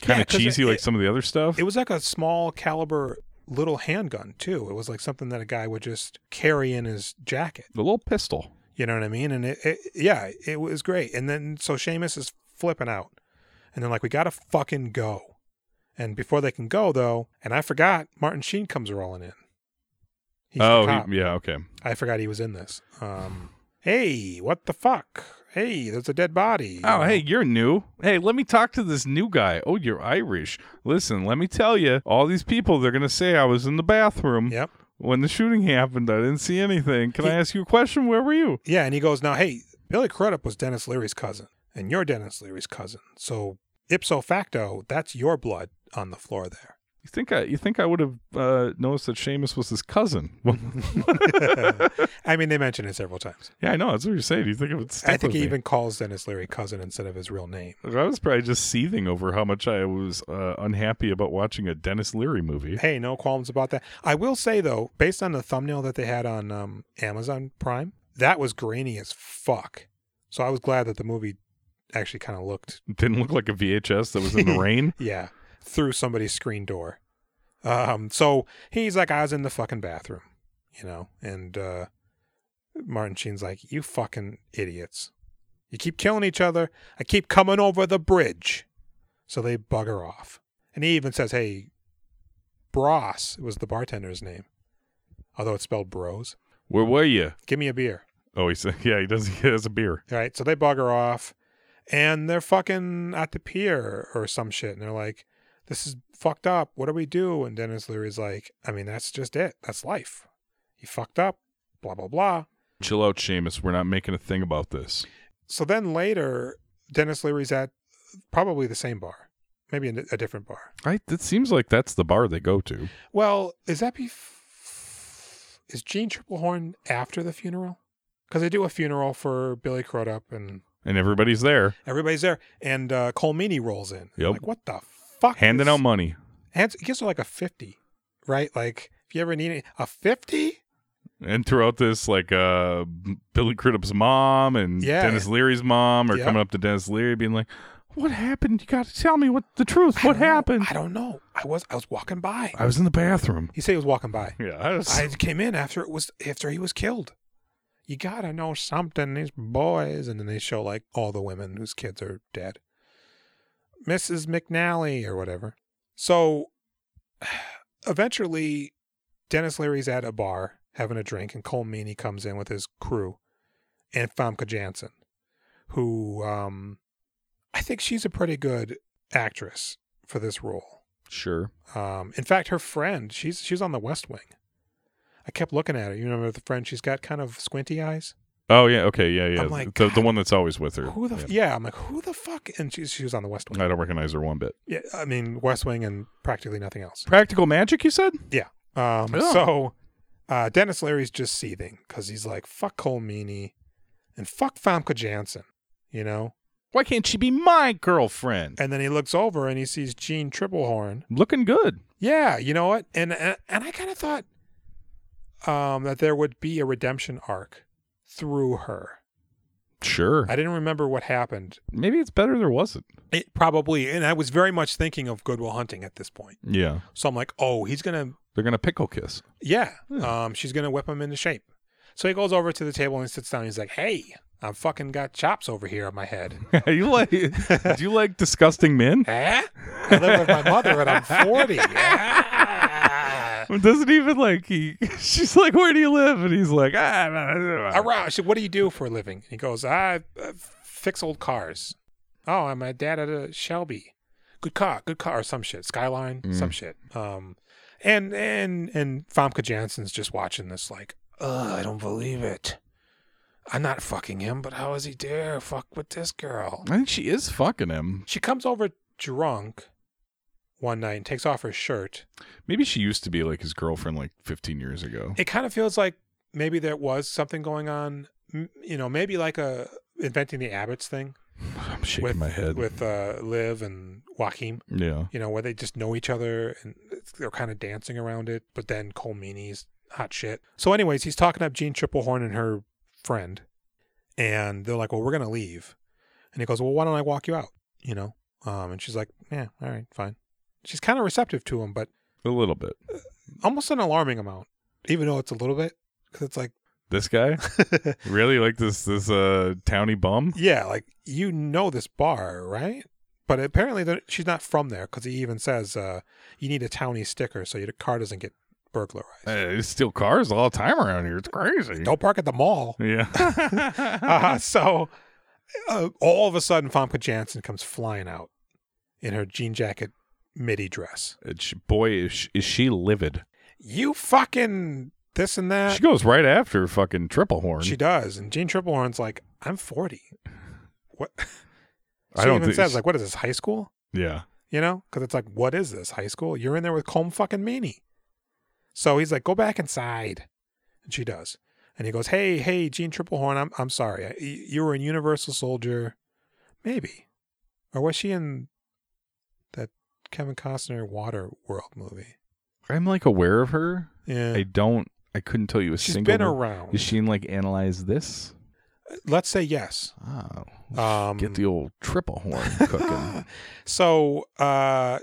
Speaker 1: kind
Speaker 2: Yeah,
Speaker 1: of
Speaker 2: 'cause it-
Speaker 1: cheesy like
Speaker 2: it-
Speaker 1: some of the other stuff
Speaker 2: It was like a small caliber little handgun too. It was like something that a guy would just carry in his jacket.
Speaker 1: the little pistol
Speaker 2: You know what I mean? And it, it yeah, it was great. And then so Seamus is flipping out. And they're like, we gotta fucking go. And before they can go though, and I forgot, Martin Sheen comes rolling in. He's the
Speaker 1: oh
Speaker 2: cop.
Speaker 1: he, yeah okay
Speaker 2: I forgot he was in this. Um, hey, what the fuck? Hey, there's a dead body.
Speaker 1: oh hey you're new hey let me talk to this new guy oh you're irish listen let me tell you all these people they're gonna say i was in the bathroom
Speaker 2: Yep.
Speaker 1: when the shooting happened i didn't see anything can
Speaker 2: He-
Speaker 1: i ask you a question where were you
Speaker 2: Yeah, and he goes, now hey, Billy Crudup was Dennis Leary's cousin, and you're Dennis Leary's cousin. So ipso facto, that's your blood on the floor there.
Speaker 1: you think i you think i would have uh noticed that Seamus was his cousin
Speaker 2: I mean, they mention it several times.
Speaker 1: yeah i know that's what you're saying you think it would stick
Speaker 2: I think
Speaker 1: with
Speaker 2: he
Speaker 1: me?
Speaker 2: even calls Dennis Leary cousin instead of his real name.
Speaker 1: I was probably just seething over how much I was uh, unhappy about watching a Dennis Leary movie.
Speaker 2: Hey, no qualms about that. I will say though, based on the thumbnail that they had on um, Amazon Prime, that was grainy as fuck. So I was glad that the movie actually kind of looked,
Speaker 1: It didn't look like a VHS that was in the rain.
Speaker 2: yeah, through somebody's screen door. Um, so he's like, I was in the fucking bathroom, you know, and uh, Martin Sheen's like, you fucking idiots. You keep killing each other. I keep coming over the bridge. So they bugger off. And he even says, hey, Bros was the bartender's name, although it's spelled bros.
Speaker 1: Where were you?
Speaker 2: Give me a beer.
Speaker 1: Oh, he said, yeah, he does. He has a beer.
Speaker 2: All right. So they bugger off and they're fucking at the pier or some shit. And they're like, this is fucked up. What do we do? And Dennis Leary's like, I mean, that's just it. That's life. You fucked up, blah, blah, blah.
Speaker 1: Chill out, Seamus. We're not making a thing about this.
Speaker 2: So then later, Dennis Leary's at probably the same bar, maybe a, a different bar.
Speaker 1: Right? It seems like that's the bar they go to.
Speaker 2: Well, is that be is Gene Triplehorn after the funeral? Because they do a funeral for Billy Crudup and
Speaker 1: And everybody's there
Speaker 2: everybody's there, and uh, Colmeany rolls in.
Speaker 1: Yep.
Speaker 2: Like what the fuck?
Speaker 1: handing
Speaker 2: This-
Speaker 1: out money.
Speaker 2: Hands, he gives her like a fifty, right? Like if you ever need it, a fifty.
Speaker 1: And throughout this, like uh, Billy Crudup's mom and
Speaker 2: Yeah.
Speaker 1: Dennis Leary's mom are
Speaker 2: Yep.
Speaker 1: coming up to Dennis Leary being like, What happened? You got to tell me what the truth. What
Speaker 2: I don't know.
Speaker 1: happened?
Speaker 2: I don't know. I was I was walking by.
Speaker 1: I was in the bathroom.
Speaker 2: He said he was walking by.
Speaker 1: Yeah, I was.
Speaker 2: I came in after it was after he was killed. You gotta know something, these boys. And then they show like all the women whose kids are dead. Mrs. McNally or whatever. So eventually Dennis Leary's at a bar having a drink and Cole Meany comes in with his crew and Famke Janssen, who um I think she's a pretty good actress for this role.
Speaker 1: sure.
Speaker 2: Um, in fact, her friend, she's she's on the West Wing. I kept looking at her. You remember the friend? She's got kind of squinty eyes.
Speaker 1: Oh yeah. Okay. Yeah. Yeah.
Speaker 2: I'm like,
Speaker 1: the the
Speaker 2: God,
Speaker 1: one that's always with her.
Speaker 2: Who the? f-
Speaker 1: Yeah.
Speaker 2: Yeah, I'm like, who the fuck? And she she was on the West Wing.
Speaker 1: I don't recognize her one bit.
Speaker 2: Yeah, I mean West Wing and practically nothing else.
Speaker 1: Practical magic, you said?
Speaker 2: Um,
Speaker 1: Oh.
Speaker 2: so uh, Dennis Leary's just seething because he's like, fuck Cole Meany and fuck Famke Janssen, you know.
Speaker 1: Why can't she be my girlfriend?
Speaker 2: And then he looks over and he sees Gene Triplehorn
Speaker 1: Looking good.
Speaker 2: Yeah, you know what? And and, and I kind of thought um, that there would be a redemption arc through her.
Speaker 1: Sure.
Speaker 2: I didn't remember what happened.
Speaker 1: Maybe it's better there wasn't.
Speaker 2: It probably, and I was very much thinking of Goodwill Hunting at this point.
Speaker 1: Yeah.
Speaker 2: So I'm like, oh, he's gonna,
Speaker 1: They're gonna pickle kiss.
Speaker 2: yeah,
Speaker 1: Hmm.
Speaker 2: um, she's gonna whip him into shape. So he goes over to the table and sits down. He's like, hey, I'm fucking got chops over here on my head.
Speaker 1: you like? do you like disgusting men?
Speaker 2: Eh? I live with my mother and I'm 40. Ah.
Speaker 1: Doesn't even like he. She's like, where do you live? And he's like, ah. blah, blah, blah."
Speaker 2: around. I said, "What do you do for a living?" And he goes, "I uh, fix old cars." Oh, I'm a dad at a Shelby. Good car, good car, or some shit. Skyline, some shit. Um, and and and Famke Janssen's just watching this, like, ugh, I don't believe it. I'm not fucking him, but how is he dare fuck with this girl?
Speaker 1: I think she is fucking him.
Speaker 2: She comes over drunk one night and takes off her shirt.
Speaker 1: Maybe she used to be like his girlfriend like 15 years ago.
Speaker 2: it kind of feels like maybe there was something going on m- you know maybe like a inventing the abbots thing
Speaker 1: I'm shaking
Speaker 2: with
Speaker 1: my head.
Speaker 2: with uh liv and joaquim
Speaker 1: yeah.
Speaker 2: you know where they just know each other and it's- they're kind of dancing around it but then cole meany's hot shit so anyways he's talking up jean triplehorn and her friend and they're like well we're gonna leave and he goes well why don't i walk you out you know um and she's like yeah all right fine she's kind of receptive to him but
Speaker 1: A little bit.
Speaker 2: almost an alarming amount even though it's a little bit because it's like
Speaker 1: This guy really like this this uh towny bum.
Speaker 2: Yeah, like you know this bar, right? But apparently they're- she's not from there because he even says uh, you need a townie sticker so your car doesn't get burglarized.
Speaker 1: Uh, they steal cars all the time around here. It's crazy.
Speaker 2: Don't park at the mall.
Speaker 1: Yeah.
Speaker 2: Uh, so uh, all of a sudden, Famke Janssen comes flying out in her jean jacket midi dress.
Speaker 1: It's- boy, is she, is she livid.
Speaker 2: You fucking this and that.
Speaker 1: She goes right after fucking triple horn.
Speaker 2: Uh, She does. And Jean Triplehorn's like, I'm 40. What? She
Speaker 1: I don't
Speaker 2: even
Speaker 1: think
Speaker 2: says,
Speaker 1: she-
Speaker 2: like, what is this, high school?
Speaker 1: yeah.
Speaker 2: You know, because it's like, what is this high school? You're in there with Colm fucking Meany. So he's like, go back inside, and she does. And he goes, hey, hey, Gene Triplehorn, I'm I'm sorry. I, y- you were in Universal Soldier, maybe, or was she in that Kevin Costner Water World movie?
Speaker 1: I'm like aware of her. I
Speaker 2: Yeah,
Speaker 1: don't. I couldn't tell you a
Speaker 2: she's
Speaker 1: single.
Speaker 2: been
Speaker 1: one.
Speaker 2: around.
Speaker 1: Is she in like analyze this?
Speaker 2: Let's say yes.
Speaker 1: Oh,
Speaker 2: Um,
Speaker 1: get the old triple horn cooking.
Speaker 2: so uh,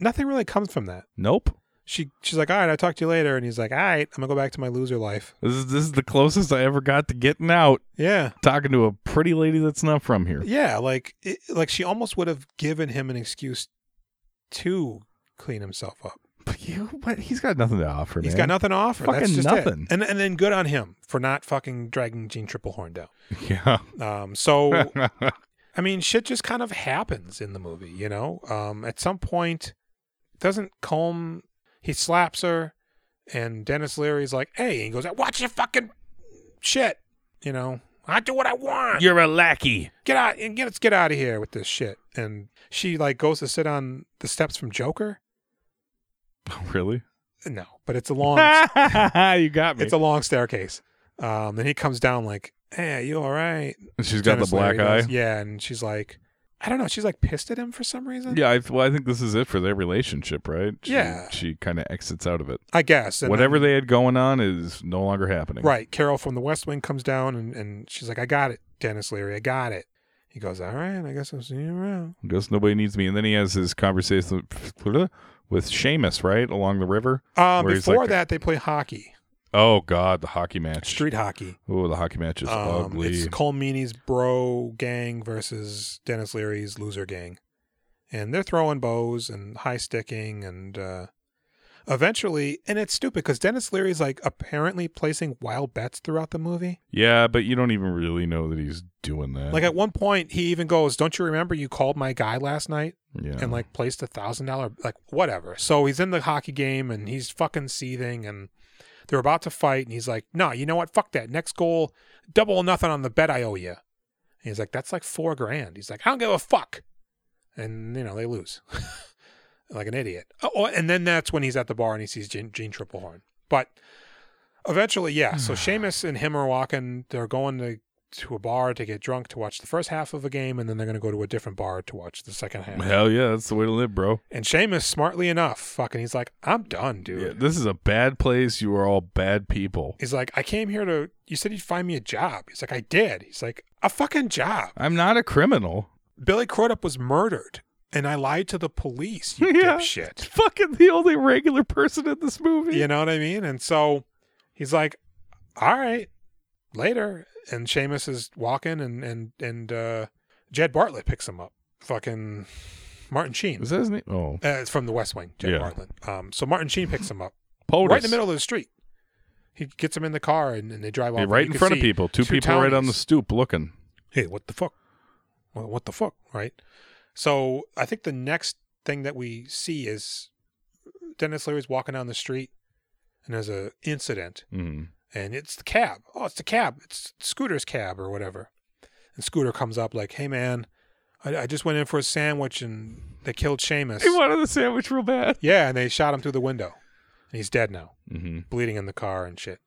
Speaker 2: nothing really comes from that.
Speaker 1: nope.
Speaker 2: She she's like, all right, I'll talk to you later, and he's like, all right, I'm gonna go back to my loser life.
Speaker 1: This is this is the closest I ever got to getting out
Speaker 2: Yeah.
Speaker 1: talking to a pretty lady that's not from here.
Speaker 2: Yeah, like it, like she almost would have given him an excuse to clean himself up.
Speaker 1: But you, what? He's got nothing to offer.
Speaker 2: He's got
Speaker 1: man.
Speaker 2: nothing to offer. That's
Speaker 1: Fucking
Speaker 2: just
Speaker 1: nothing.
Speaker 2: It. And and then good on him for not fucking dragging Gene Triplehorn down.
Speaker 1: Yeah.
Speaker 2: Um, so I mean, shit just kind of happens in the movie, you know. Um, at some point, doesn't Comb he slaps her, and Dennis Leary's like, "Hey," he goes, "Watch your fucking shit," you know. I do what I want.
Speaker 1: You're a lackey.
Speaker 2: get out and get let's get out of here with this shit. And she like goes to sit on the steps from Joker.
Speaker 1: Really?
Speaker 2: No, but it's a long
Speaker 1: you got me.
Speaker 2: it's a long staircase. Um, and he comes down like, "Hey, you all right?"
Speaker 1: She's got
Speaker 2: Dennis
Speaker 1: the black
Speaker 2: Leary
Speaker 1: eye.
Speaker 2: does. Yeah, and she's like, I don't know. She's like pissed at him for some reason.
Speaker 1: Yeah, I, well, I think this is it for their relationship, right? She,
Speaker 2: Yeah.
Speaker 1: she kind of exits out of it.
Speaker 2: I guess. And
Speaker 1: Whatever they had going on is no longer happening.
Speaker 2: Right. Carol from the West Wing comes down and, and she's like, I got it, Dennis Leary. I got it. He He goes, all right, I guess I'll see you around.
Speaker 1: Guess nobody needs me. And then he has his conversation with Seamus, right? Along the river.
Speaker 2: Um,
Speaker 1: Where he's
Speaker 2: before
Speaker 1: like-
Speaker 2: that, they play hockey,
Speaker 1: Oh, God, the hockey match.
Speaker 2: street hockey.
Speaker 1: Oh, the hockey match is
Speaker 2: Um,
Speaker 1: ugly.
Speaker 2: it's Cole Meany's bro gang versus Dennis Leary's loser gang, and they're throwing bows and high sticking, and uh, eventually, and it's stupid because Dennis Leary's like apparently placing wild bets throughout the movie.
Speaker 1: Yeah, but you don't even really know that he's doing that.
Speaker 2: Like at one point, he even goes, "Don't you remember you called my guy last night?"
Speaker 1: yeah.
Speaker 2: and like placed a thousand dollar like whatever. So he's in the hockey game and he's fucking seething and they're about to fight and he's like, No, you know what? Fuck that. Next goal, double or nothing on the bet I owe you. And he's like, That's like four grand. He's like, I don't give a fuck. And you know, they lose. like an idiot. Oh, oh, and then that's when he's at the bar and he sees Gene, Gene Triplehorn. But eventually, yeah. So Seamus and him are walking, they're going to to a bar to get drunk to watch the first half of a game, and then they're going to go to a different bar to watch the second half.
Speaker 1: Hell yeah, that's the way to live, bro.
Speaker 2: And Seamus, smartly enough, fucking, he's like, I'm done, dude.
Speaker 1: Yeah, this is a bad place. You are all bad people.
Speaker 2: He's like, I came here to. You said you'd find me a job. He's like, I did. He's like, a fucking job.
Speaker 1: I'm not a criminal.
Speaker 2: Billy Crudup was murdered, and I lied to the police. You
Speaker 1: Yeah.
Speaker 2: dipshit.
Speaker 1: Fucking the only regular person in this movie.
Speaker 2: You know what I mean? And so he's like, all right, later. And Seamus is walking, and and and uh, Jed Bartlett picks him up. Fucking Martin Sheen.
Speaker 1: Is that his name? Oh,
Speaker 2: Uh, it's from The West Wing. Jed
Speaker 1: Yeah.
Speaker 2: Bartlett. Um, so Martin Sheen picks him up.
Speaker 1: POTUS.
Speaker 2: Oh, right in the middle of the street. He gets him in the car and, and they drive off.
Speaker 1: Yeah,
Speaker 2: and
Speaker 1: right in
Speaker 2: you can
Speaker 1: front of
Speaker 2: see,
Speaker 1: people. Two,
Speaker 2: two
Speaker 1: people right on the
Speaker 2: townies.
Speaker 1: stoop looking.
Speaker 2: Hey, what the fuck? Well, what the fuck, right? So I think the next thing that we see is Dennis Leary's walking down the street and there's a incident
Speaker 1: Mm.
Speaker 2: and it's the cab. Oh, it's the cab. It's Scooter's cab or whatever. And Scooter comes up like, hey man, I, I just went in for a sandwich and they killed Seamus.
Speaker 1: wanted the sandwich real bad.
Speaker 2: Yeah, and they shot him through the window. And he's dead now.
Speaker 1: hmm
Speaker 2: bleeding in the car and shit.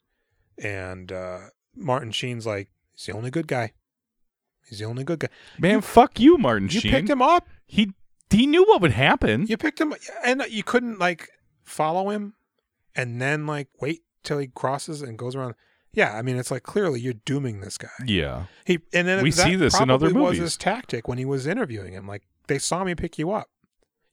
Speaker 2: And uh, Martin Sheen's like, he's the only good guy. He's the only good guy.
Speaker 1: Man, fuck you, Martin
Speaker 2: You
Speaker 1: Sheen.
Speaker 2: picked him up.
Speaker 1: He he knew what would happen.
Speaker 2: You picked him, and you couldn't like follow him, and then like wait till he crosses and goes around. Yeah, I mean, it's like clearly you're dooming this guy.
Speaker 1: Yeah.
Speaker 2: He and then
Speaker 1: We
Speaker 2: that
Speaker 1: see this in
Speaker 2: probably
Speaker 1: other
Speaker 2: Was
Speaker 1: movies.
Speaker 2: his tactic when he was interviewing him? Like they saw me pick you up.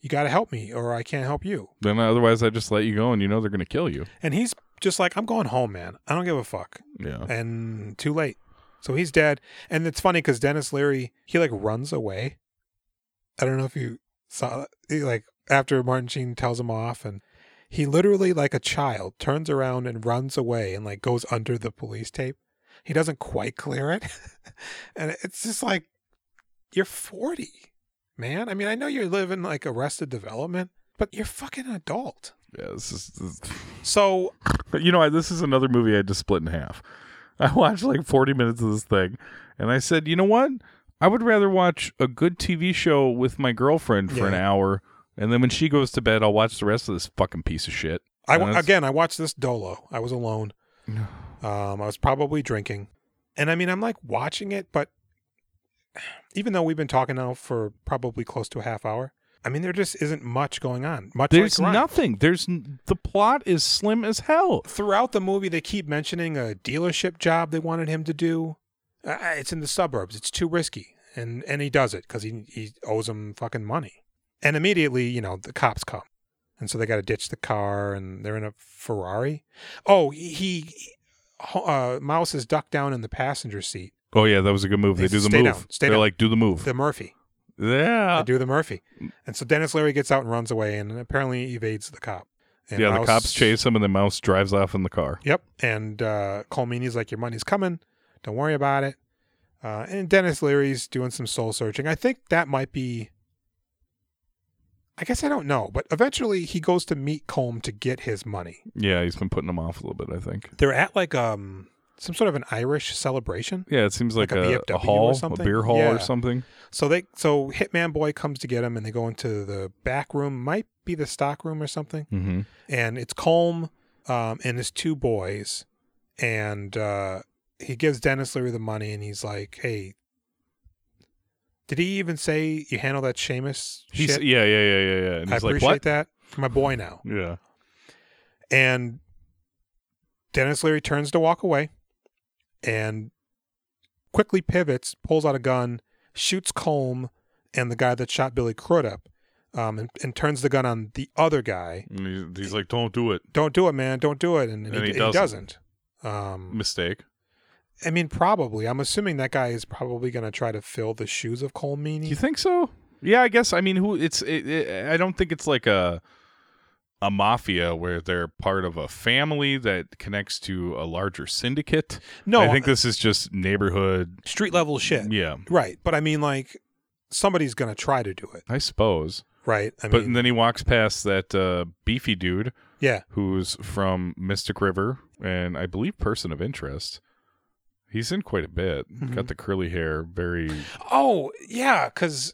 Speaker 2: You got to help me, or I can't help you.
Speaker 1: Then otherwise, I just let you go, and you know they're gonna kill you.
Speaker 2: And he's just like, I'm going home, man. I don't give a fuck.
Speaker 1: Yeah.
Speaker 2: and too late. So he's dead. And it's funny because Dennis Leary, he like runs away. I don't know if you saw that. He, like after Martin Sheen tells him off, and he literally like a child turns around and runs away and like goes under the police tape. He doesn't quite clear it, and it's just like you're forty, man. I mean, I know you're living like arrested development, but you're fucking an adult.
Speaker 1: Yeah. This is, this is-
Speaker 2: So
Speaker 1: But you know, I, this is another movie I just split in half. I watched like 40 minutes of this thing, and I said, you know what? I would rather watch a good TV show with my girlfriend for an
Speaker 2: Yeah.
Speaker 1: hour, and then when she goes to bed, I'll watch the rest of this fucking piece of shit.
Speaker 2: I
Speaker 1: And that's-
Speaker 2: again, I watched this Dolo. I was alone. Um, I was probably drinking. And I mean, I'm like watching it, but even though we've been talking now for probably close to a half hour, I mean, there just isn't much going on. Much like
Speaker 1: There's
Speaker 2: Grind.
Speaker 1: nothing. There's n- the plot is slim as hell.
Speaker 2: Throughout the movie, they keep mentioning a dealership job they wanted him to do. Uh, it's in the suburbs. It's too risky, and and he does it because he he owes them fucking money. And immediately, you know, the cops come, and so they got to ditch the car, and they're in a Ferrari. Oh, he, he uh, Mouse is ducked down in the passenger seat.
Speaker 1: Oh yeah, that was a good move. They
Speaker 2: Hey,
Speaker 1: do the
Speaker 2: stay
Speaker 1: move.
Speaker 2: down. Stay
Speaker 1: They're
Speaker 2: down.
Speaker 1: like, do the move.
Speaker 2: The Murphy.
Speaker 1: yeah.
Speaker 2: they do the Murphy. And so Dennis Leary gets out and runs away and apparently evades the cop. And
Speaker 1: yeah, the
Speaker 2: Mouse-
Speaker 1: cops chase him, and the mouse drives off in the car.
Speaker 2: Yep. And uh, Colmeany's like, Your money's coming. Don't worry about it. Uh, and Dennis Leary's doing some soul searching. I think that might be. I guess I don't know, but eventually he goes to meet Colm to get his money.
Speaker 1: Yeah, he's been putting him off a little bit, I think.
Speaker 2: They're at like um some sort of an Irish celebration.
Speaker 1: Yeah, it seems like,
Speaker 2: Like a
Speaker 1: a,
Speaker 2: BFW or
Speaker 1: hall, a
Speaker 2: something?
Speaker 1: beer hall
Speaker 2: Yeah.
Speaker 1: or something.
Speaker 2: So they so Hitman Boy comes to get him and they go into the back room, might be the stock room or something.
Speaker 1: Mm-hmm.
Speaker 2: and it's Colm um, and his two boys, and uh, he gives Dennis Leary the money, and he's like, "Hey, did he even say you handle that Seamus
Speaker 1: He's,
Speaker 2: shit?
Speaker 1: Yeah, yeah, yeah, yeah, yeah. And
Speaker 2: I
Speaker 1: he's like,
Speaker 2: appreciate
Speaker 1: what?
Speaker 2: that. You're my boy now."
Speaker 1: Yeah.
Speaker 2: And Dennis Leary turns to walk away, and quickly pivots, pulls out a gun, shoots Combe and the guy that shot Billy Crudup, um, and, and turns the gun on the other guy.
Speaker 1: And he's, he's like, don't do it.
Speaker 2: Don't do it, man. Don't do it. And, and he,
Speaker 1: And he
Speaker 2: d- he doesn't. Um,
Speaker 1: Mistake.
Speaker 2: I mean, probably. I'm assuming that guy is probably going to try to fill the shoes of Cole Meany.
Speaker 1: You think so? Yeah, I guess. I mean, who? It's. It, it, I don't think it's like a a mafia where they're part of a family that connects to a larger syndicate.
Speaker 2: no, uh,
Speaker 1: I think this is just neighborhood.
Speaker 2: street level shit.
Speaker 1: Yeah,
Speaker 2: Right. But I mean, like, somebody's going to try to do it.
Speaker 1: I suppose.
Speaker 2: Right. I
Speaker 1: but
Speaker 2: mean,
Speaker 1: then he walks past that uh, beefy dude
Speaker 2: yeah.
Speaker 1: who's from Mystic River and I believe person of interest. He's in quite a bit.
Speaker 2: Mm-hmm.
Speaker 1: Got the curly hair. Very.
Speaker 2: Oh, yeah. Because,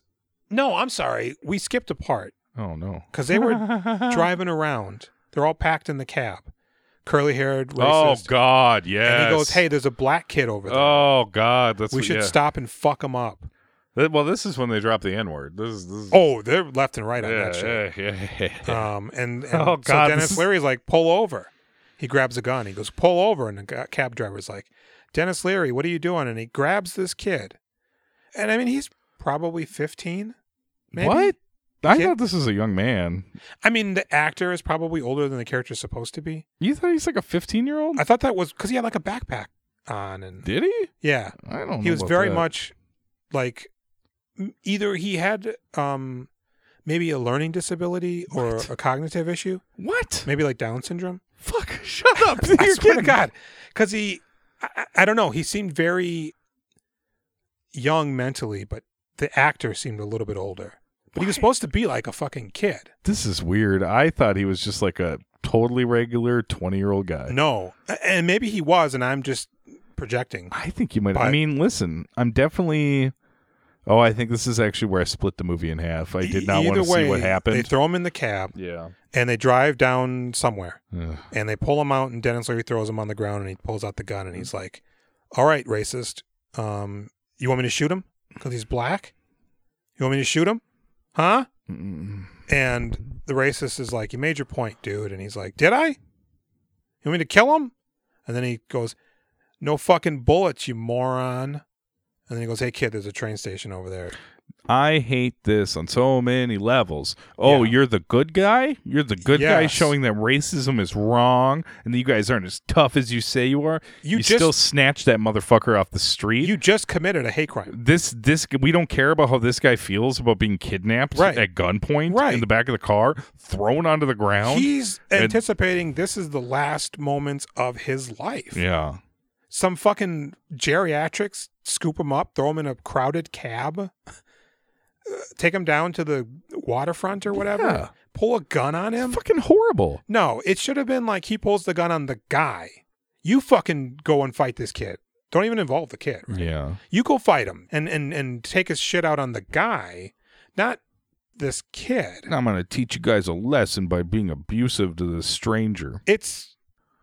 Speaker 2: no, I'm sorry. We skipped a part
Speaker 1: Oh no.
Speaker 2: because they were driving around. They're all packed in the cab, curly haired,
Speaker 1: Oh
Speaker 2: racist.
Speaker 1: God! Yes.
Speaker 2: And he goes, hey, there's a black kid over there.
Speaker 1: Oh God! That's
Speaker 2: we
Speaker 1: what-
Speaker 2: should
Speaker 1: yeah.
Speaker 2: stop and fuck him up.
Speaker 1: Th- Well, this is when they drop the N word. This is this is
Speaker 2: Oh, they're left and right on
Speaker 1: yeah,
Speaker 2: that shit.
Speaker 1: yeah, yeah, yeah, yeah.
Speaker 2: Um, and, and
Speaker 1: Oh,
Speaker 2: so
Speaker 1: God,
Speaker 2: Dennis
Speaker 1: this is-
Speaker 2: Leary's like, pull over. He grabs a gun. He goes, pull over. And the ca- cab driver's like, Dennis Leary, what are you doing? And he grabs this kid. And I mean, he's probably 15. Maybe.
Speaker 1: What? I
Speaker 2: Kid-
Speaker 1: thought this was a young man.
Speaker 2: I mean, the actor is probably older than the character's supposed to be.
Speaker 1: You thought he's like a fifteen-year-old?
Speaker 2: I thought that was because he had like a backpack on. And
Speaker 1: Did he?
Speaker 2: yeah,
Speaker 1: I don't. know
Speaker 2: he was
Speaker 1: about
Speaker 2: very
Speaker 1: that.
Speaker 2: much like m- either he had um, maybe a learning disability or
Speaker 1: What?
Speaker 2: a cognitive issue,
Speaker 1: What?
Speaker 2: maybe like Down syndrome.
Speaker 1: Fuck! Shut up!
Speaker 2: I
Speaker 1: You're
Speaker 2: swear to
Speaker 1: kidding.
Speaker 2: God, because he, I, I- I don't know, he seemed very young mentally, but the actor seemed a little bit older. But he was supposed to be like a fucking kid.
Speaker 1: This is weird. I thought he was just like a totally regular twenty-year-old guy.
Speaker 2: No, A- and maybe he was, and I'm just projecting.
Speaker 1: I think you might. I
Speaker 2: But-
Speaker 1: mean, listen, I'm definitely. Oh, I think this is actually where I split the movie in half. I did not
Speaker 2: E-
Speaker 1: want to
Speaker 2: either way,
Speaker 1: see what
Speaker 2: They
Speaker 1: happened.
Speaker 2: throw him in the cab
Speaker 1: yeah.
Speaker 2: and they drive down somewhere,
Speaker 1: Ugh.
Speaker 2: and they pull him out, and Dennis Leary throws him on the ground, and he pulls out the gun, and
Speaker 1: Mm.
Speaker 2: he's like, "All right, racist, um, you want me to shoot him because he's black? You want me to shoot him? Huh?"
Speaker 1: Mm.
Speaker 2: And the racist is like, You made your point, dude. And he's like, Did I? You want me to kill him? And then he goes, No fucking bullets, you moron. And then he goes, Hey, kid, there's a train station over there.
Speaker 1: I hate this on so many levels. Oh,
Speaker 2: Yeah.
Speaker 1: you're the good guy? You're the good guy
Speaker 2: Yes.
Speaker 1: showing that racism is wrong and that you guys aren't as tough as you say you are.
Speaker 2: You, just
Speaker 1: still snatch that motherfucker off the street.
Speaker 2: you just committed a hate crime.
Speaker 1: this this we don't care about how this guy feels about being kidnapped
Speaker 2: Right.
Speaker 1: at gunpoint in
Speaker 2: Right.
Speaker 1: the back of the car, thrown onto the ground.
Speaker 2: He's
Speaker 1: And-
Speaker 2: anticipating this is the last moments of his life.
Speaker 1: yeah.
Speaker 2: Some fucking geriatrics scoop him up, throw him in a crowded cab, uh, take him down to the waterfront or whatever,
Speaker 1: Yeah.
Speaker 2: pull a gun on him.
Speaker 1: Fucking horrible.
Speaker 2: No, it should have been like he pulls the gun on the guy. You fucking go and fight this kid. Don't even involve the kid. right?
Speaker 1: Yeah.
Speaker 2: You go fight him and and and take his shit out on the guy, not this kid.
Speaker 1: And I'm going to teach you guys a lesson by being abusive to the stranger.
Speaker 2: It's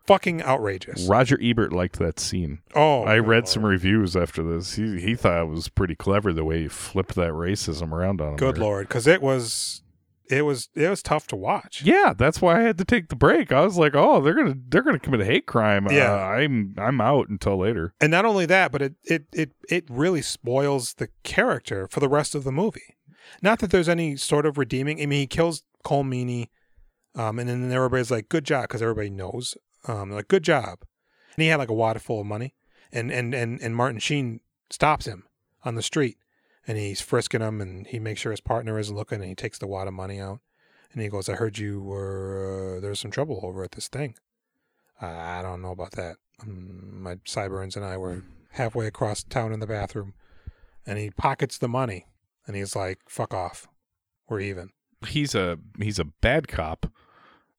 Speaker 2: fucking outrageous.
Speaker 1: Roger Ebert liked that scene.
Speaker 2: Oh,
Speaker 1: I
Speaker 2: good
Speaker 1: read
Speaker 2: lord.
Speaker 1: some reviews after this. He he thought it was pretty clever the way he flipped that racism around on him.
Speaker 2: Good
Speaker 1: there.
Speaker 2: lord, because it was, it was, it was tough to watch.
Speaker 1: Yeah, that's why I had to take the break. I was like, "Oh, they're gonna they're gonna commit a hate crime."
Speaker 2: Yeah.
Speaker 1: uh, I'm I'm out until later.
Speaker 2: And not only that, but it it it it really spoils the character for the rest of the movie. Not that there's any sort of redeeming. I mean, he kills Cole Meany, um, and then everybody's like, "Good job," because everybody knows. Um, they're like, "Good job," and he had like a wallet full of money, and and and and Martin Sheen stops him on the street, and he's frisking him, and he makes sure his partner isn't looking, and he takes the wad of money out, and he goes, "I heard you were uh, there's some trouble over at this thing." I don't know about that. Um, my Cyburns and I were halfway across town in the bathroom, and he pockets the money, and he's like, "Fuck off, we're even."
Speaker 1: He's a he's a bad cop.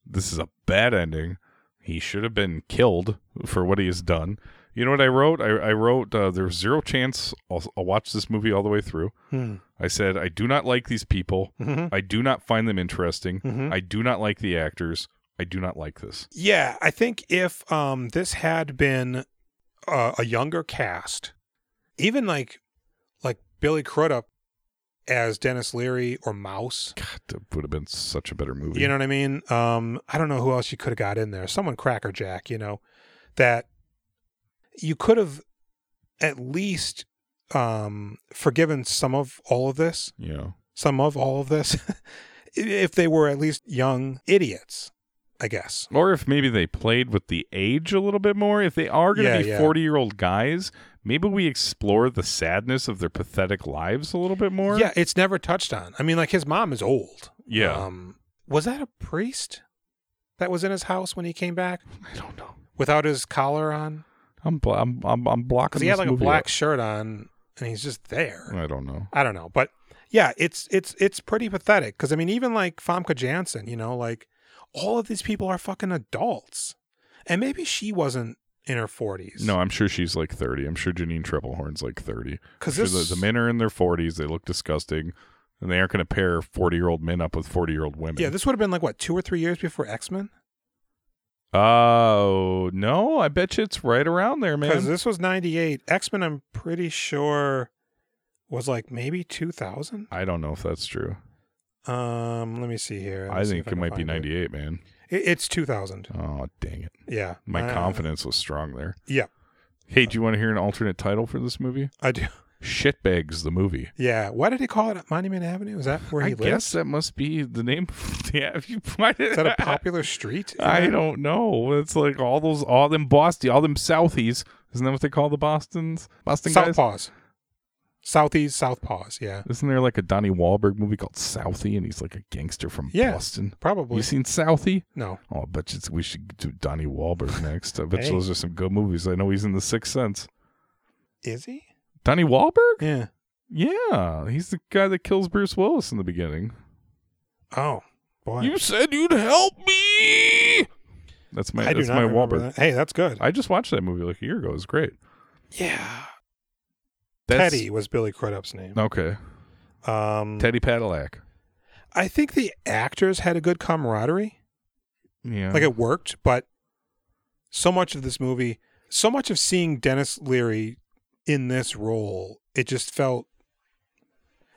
Speaker 1: This is a bad ending. He should have been killed for what he has done. You know what I wrote? I, I wrote uh, there's zero chance I'll, I'll watch this movie all the way through.
Speaker 2: Hmm.
Speaker 1: I said I do not like these people.
Speaker 2: Mm-hmm.
Speaker 1: I do not find them interesting.
Speaker 2: Mhm.
Speaker 1: I do not like the actors. I do not like this.
Speaker 2: Yeah, I think if um, this had been uh, a younger cast, even like like Billy Crudup as Dennis Leary or Mouse,
Speaker 1: God, that would have been such a better movie.
Speaker 2: you know what I mean? Um, I don't know who else you could have got in there. Someone crackerjack, you know, that you could have at least um, forgiven some of all of this,
Speaker 1: Yeah.
Speaker 2: some of all of this, if they were at least young idiots, I guess.
Speaker 1: Or if maybe they played with the age a little bit more. If they are going to
Speaker 2: Yeah,
Speaker 1: be
Speaker 2: yeah.
Speaker 1: 40 year old guys, maybe we explore the sadness of their pathetic lives a little bit more.
Speaker 2: yeah, it's never touched on. I mean, like his mom is old.
Speaker 1: Yeah.
Speaker 2: Um, was that a priest that was in his house when he came back
Speaker 1: I don't know.
Speaker 2: without his collar on?
Speaker 1: I'm, bl- I'm, I'm, I'm blocking
Speaker 2: Because he had
Speaker 1: this
Speaker 2: like a
Speaker 1: movie
Speaker 2: black
Speaker 1: out.
Speaker 2: shirt on, and he's just there.
Speaker 1: I don't know.
Speaker 2: I don't know, but yeah, it's it's it's pretty pathetic because I mean, even like Famke Janssen, you know, like all of these people are fucking adults, and maybe she wasn't in her forties.
Speaker 1: No, I'm sure she's like 30. I'm sure Janine Treblehorn's like 30.
Speaker 2: because
Speaker 1: Sure,
Speaker 2: this
Speaker 1: the, the men are in their 40s. They look disgusting. And they aren't going to pair 40 year old men up with 40 year old women.
Speaker 2: yeah, this would have been like what two or three years before X Men
Speaker 1: Oh, no. I bet you it's right around there,
Speaker 2: because
Speaker 1: man.
Speaker 2: this was ninety eight. X Men, I'm pretty sure, was like maybe two thousand.
Speaker 1: I don't know if that's true.
Speaker 2: Um, let me see here. Let
Speaker 1: I
Speaker 2: me see
Speaker 1: think
Speaker 2: if
Speaker 1: it
Speaker 2: can
Speaker 1: might be
Speaker 2: find
Speaker 1: 98, man.
Speaker 2: It, it's two thousand.
Speaker 1: Oh, dang it.
Speaker 2: Yeah,
Speaker 1: My
Speaker 2: Uh,
Speaker 1: confidence was strong there.
Speaker 2: Yeah,
Speaker 1: Hey, do you want to hear an alternate title for this movie?
Speaker 2: I do.
Speaker 1: Shitbags the movie.
Speaker 2: Yeah, why did he call it Monument Avenue? Is that where
Speaker 1: I
Speaker 2: he lives?
Speaker 1: guess that must be the name. of- yeah, if you find it.
Speaker 2: Is that a popular street? in
Speaker 1: I
Speaker 2: that-
Speaker 1: don't know. It's like all those, all them Boston, all them Southies. Isn't that what they call the Boston's? Boston guys.
Speaker 2: Southpaws. Southeast Southpaws, yeah.
Speaker 1: Isn't there like a Donnie Wahlberg movie called Southie, and he's like a gangster from
Speaker 2: Yeah. Oh,
Speaker 1: Boston?
Speaker 2: Probably.
Speaker 1: You seen Southie?
Speaker 2: no.
Speaker 1: Oh, I bet you we should do Donnie Wahlberg next. I bet
Speaker 2: Hey.
Speaker 1: you those are some good movies. I know he's in The Sixth Sense.
Speaker 2: Is he?
Speaker 1: Donnie Wahlberg?
Speaker 2: Yeah.
Speaker 1: Yeah, he's the guy that kills Bruce Willis in the beginning.
Speaker 2: Oh, boy.
Speaker 1: said you'd help me. That's my
Speaker 2: I do
Speaker 1: that's
Speaker 2: not
Speaker 1: my
Speaker 2: remember
Speaker 1: Wahlberg.
Speaker 2: that. Hey, that's good.
Speaker 1: I just watched that movie like a year ago. It was great.
Speaker 2: yeah.
Speaker 1: That's,
Speaker 2: Teddy was Billy Crudup's name.
Speaker 1: Okay.
Speaker 2: Um,
Speaker 1: Teddy Padillac.
Speaker 2: I think the actors had a good camaraderie.
Speaker 1: Yeah.
Speaker 2: Like it worked, but so much of this movie, so much of seeing Dennis Leary in this role, it just felt.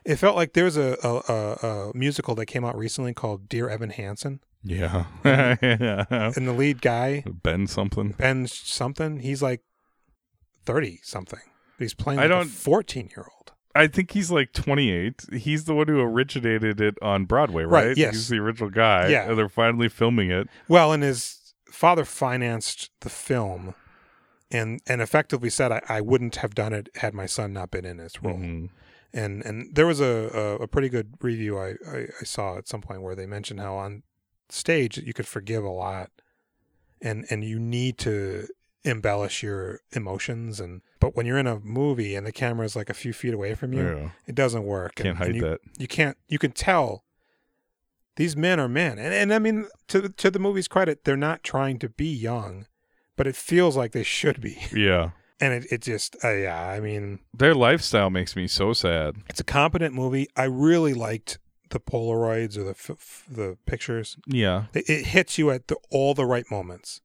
Speaker 2: It felt like there was a, a, a, a musical that came out recently called Dear Evan Hansen,
Speaker 1: yeah.
Speaker 2: and the lead guy
Speaker 1: ben something.
Speaker 2: Ben something. He's like thirty something. He's playing.
Speaker 1: I
Speaker 2: Like
Speaker 1: don't-
Speaker 2: a fourteen year old.
Speaker 1: I think he's like 28. He's the one who originated it on Broadway, right?
Speaker 2: Right, yes.
Speaker 1: He's the original guy.
Speaker 2: Yeah.
Speaker 1: And they're finally filming it.
Speaker 2: Well, and his father financed the film, and and effectively said, I, "I wouldn't have done it had my son not been in this role."
Speaker 1: Mhm.
Speaker 2: And and there was a, a a pretty good review I, I I saw at some point where they mentioned how on stage you could forgive a lot, and and you need to embellish your emotions and but when you're in a movie and the camera's like a few feet away from you
Speaker 1: Yeah.
Speaker 2: it doesn't work
Speaker 1: Can't
Speaker 2: and,
Speaker 1: hide
Speaker 2: and you,
Speaker 1: that.
Speaker 2: you can't you can tell these men are men and, and i mean to to the movie's credit they're not trying to be young but it feels like they should be
Speaker 1: Yeah.
Speaker 2: and it, it just uh, yeah i mean
Speaker 1: Their lifestyle makes me so sad.
Speaker 2: it's a competent movie i really liked the polaroids or the f- f- the pictures
Speaker 1: Yeah.
Speaker 2: it, it hits you at the, all the right moments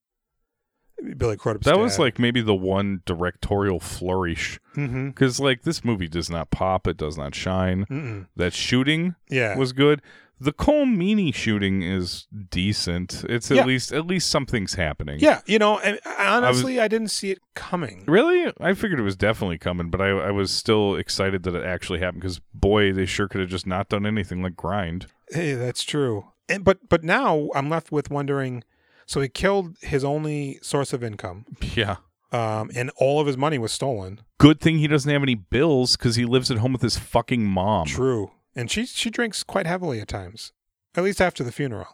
Speaker 2: billy crudup's
Speaker 1: That was like maybe the one directorial flourish
Speaker 2: mm-hmm
Speaker 1: because like this movie does not pop it does not shine
Speaker 2: Mm-mm.
Speaker 1: that shooting
Speaker 2: yeah
Speaker 1: was good the cole meany shooting is decent it's at
Speaker 2: Yeah.
Speaker 1: least at least something's happening
Speaker 2: yeah you know and honestly I didn't see it coming
Speaker 1: really i figured it was definitely coming but i, I was still excited that it actually happened because boy they sure could have just not done anything like grind
Speaker 2: Hey, that's true. And but but now I'm left with wondering. So he killed his only source of income,
Speaker 1: yeah
Speaker 2: um, and all of his money was stolen.
Speaker 1: good thing he doesn't have any bills because he lives at home with his fucking mom
Speaker 2: True, and she she drinks quite heavily at times, at least after the funeral.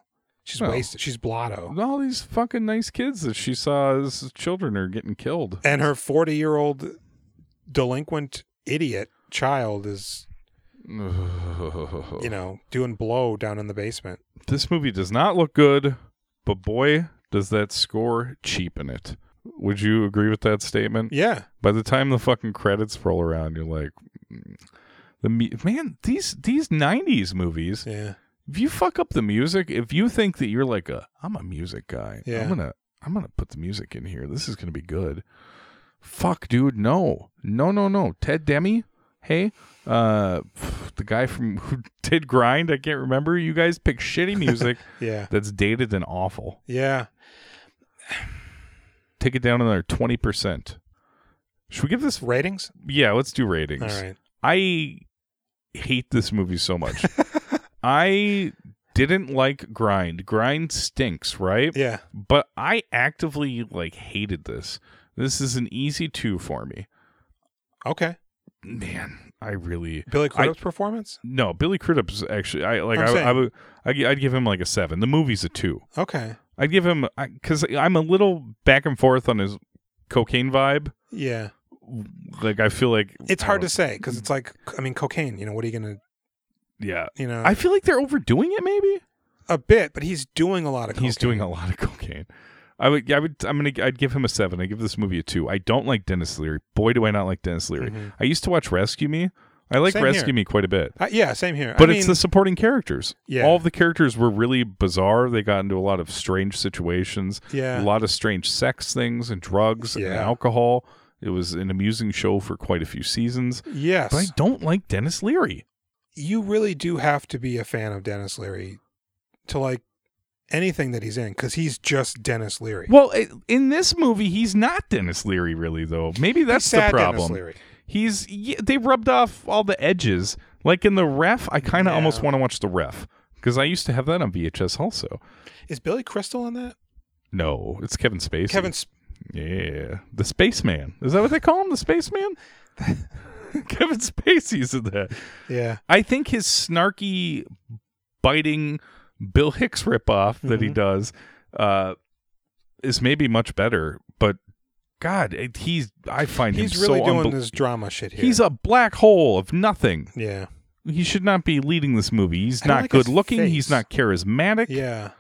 Speaker 2: She's
Speaker 1: Well.
Speaker 2: wasted. She's blotto,
Speaker 1: all these fucking nice kids that she saw as children are getting killed
Speaker 2: and her 40 year old delinquent idiot child is you know doing blow down in the basement.
Speaker 1: this movie does not look good, but boy, does that score cheapen it. Would you agree with that statement?
Speaker 2: Yeah,
Speaker 1: By the time the fucking credits roll around, you're like, mm. the mu- man, these these '90s movies.
Speaker 2: yeah.
Speaker 1: If you fuck up the music, if you think that you're like a, I'm a music guy.
Speaker 2: Yeah.
Speaker 1: I'm gonna I'm gonna put the music in here. This is gonna be good. Fuck, dude, no, no, no, no. Ted Demi, hey, uh, the guy from who did Grind, I can't remember. You guys pick shitty music.
Speaker 2: Yeah.
Speaker 1: that's dated and awful.
Speaker 2: Yeah.
Speaker 1: Take it down another twenty percent. Should we give this?
Speaker 2: Ratings?
Speaker 1: Yeah, let's do ratings.
Speaker 2: All right.
Speaker 1: I hate this movie so much. I didn't like Grind. Grind stinks, right?
Speaker 2: Yeah.
Speaker 1: but I actively like hated this. This is an easy two for me.
Speaker 2: Okay.
Speaker 1: Man, I really
Speaker 2: Billy Crudup's performance?
Speaker 1: no. Billy Crudup's actually I like
Speaker 2: I'm
Speaker 1: I,
Speaker 2: saying-
Speaker 1: I would I, I'd give him like a seven. The movie's a two.
Speaker 2: Okay.
Speaker 1: I'd give him because I'm a little back and forth on his cocaine vibe.
Speaker 2: Yeah.
Speaker 1: Like I feel like
Speaker 2: It's
Speaker 1: I
Speaker 2: hard to
Speaker 1: don't-
Speaker 2: say because it's like, I mean, cocaine, you know, what are you going to, Uh.
Speaker 1: yeah.
Speaker 2: you know,
Speaker 1: Mm-hmm. I feel like they're overdoing it. Maybe
Speaker 2: a bit, but he's doing a lot of cocaine.
Speaker 1: he's doing a lot of cocaine. I would, I would, I'm gonna, I'd give him a seven. I give this movie a two. I don't like Dennis Leary. Boy, do I not like Dennis Leary.
Speaker 2: Mhm.
Speaker 1: I used to watch Rescue Me. I like
Speaker 2: Same
Speaker 1: Rescue
Speaker 2: here.
Speaker 1: Me quite a bit.
Speaker 2: Uh, yeah, same here.
Speaker 1: But
Speaker 2: I
Speaker 1: it's
Speaker 2: mean,
Speaker 1: the supporting characters.
Speaker 2: Yeah.
Speaker 1: All of the characters were really bizarre. They got into a lot of strange situations, a
Speaker 2: yeah.
Speaker 1: lot of strange sex things and drugs and
Speaker 2: Yeah.
Speaker 1: alcohol. It was an amusing show for quite a few seasons.
Speaker 2: Yes.
Speaker 1: But I don't like Dennis Leary.
Speaker 2: you really do have to be a fan of Dennis Leary to like anything that he's in because he's just Dennis Leary.
Speaker 1: Well, i- in this movie, he's not Dennis Leary, really, though. Maybe that's
Speaker 2: he's
Speaker 1: the
Speaker 2: sad Dennis
Speaker 1: problem.
Speaker 2: Leary.
Speaker 1: He's yeah, they rubbed off all the edges. Like in the ref, I kind of
Speaker 2: Yeah.
Speaker 1: almost want to watch the ref because I used to have that on VHS also.
Speaker 2: Is Billy Crystal in that?
Speaker 1: No, it's Kevin Spacey.
Speaker 2: Kevin, Sp-
Speaker 1: Yeah, the spaceman. Is that what they call him? The spaceman. Kevin Spacey's in that.
Speaker 2: yeah,
Speaker 1: I think his snarky, biting Bill Hicks ripoff that he
Speaker 2: Mhm.
Speaker 1: does uh, is maybe much better. But God, it, he's I find
Speaker 2: he's
Speaker 1: him
Speaker 2: really
Speaker 1: so
Speaker 2: doing
Speaker 1: unbel-
Speaker 2: this drama shit here.
Speaker 1: He's a black hole of nothing.
Speaker 2: yeah,
Speaker 1: He should not be leading this movie. He's
Speaker 2: I don't
Speaker 1: not
Speaker 2: like his
Speaker 1: good looking.
Speaker 2: face.
Speaker 1: He's not charismatic.
Speaker 2: yeah,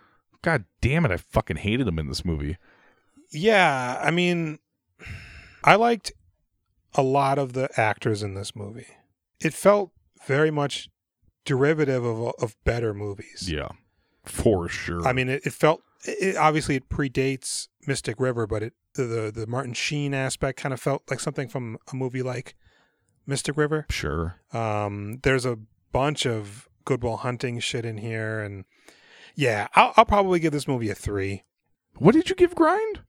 Speaker 1: God damn it! I fucking hated him in this movie.
Speaker 2: yeah. I mean, I liked a lot of the actors in this movie. It felt very much derivative of of better movies.
Speaker 1: Yeah, for sure.
Speaker 2: I mean, it, it felt it, obviously it predates Mystic River, but it the the Martin Sheen aspect kind of felt like something from a movie like Mystic River.
Speaker 1: sure.
Speaker 2: Um, there's a bunch of Goodwill Hunting shit in here, and yeah, I'll, I'll probably give this movie a three,
Speaker 1: What did you give Grind?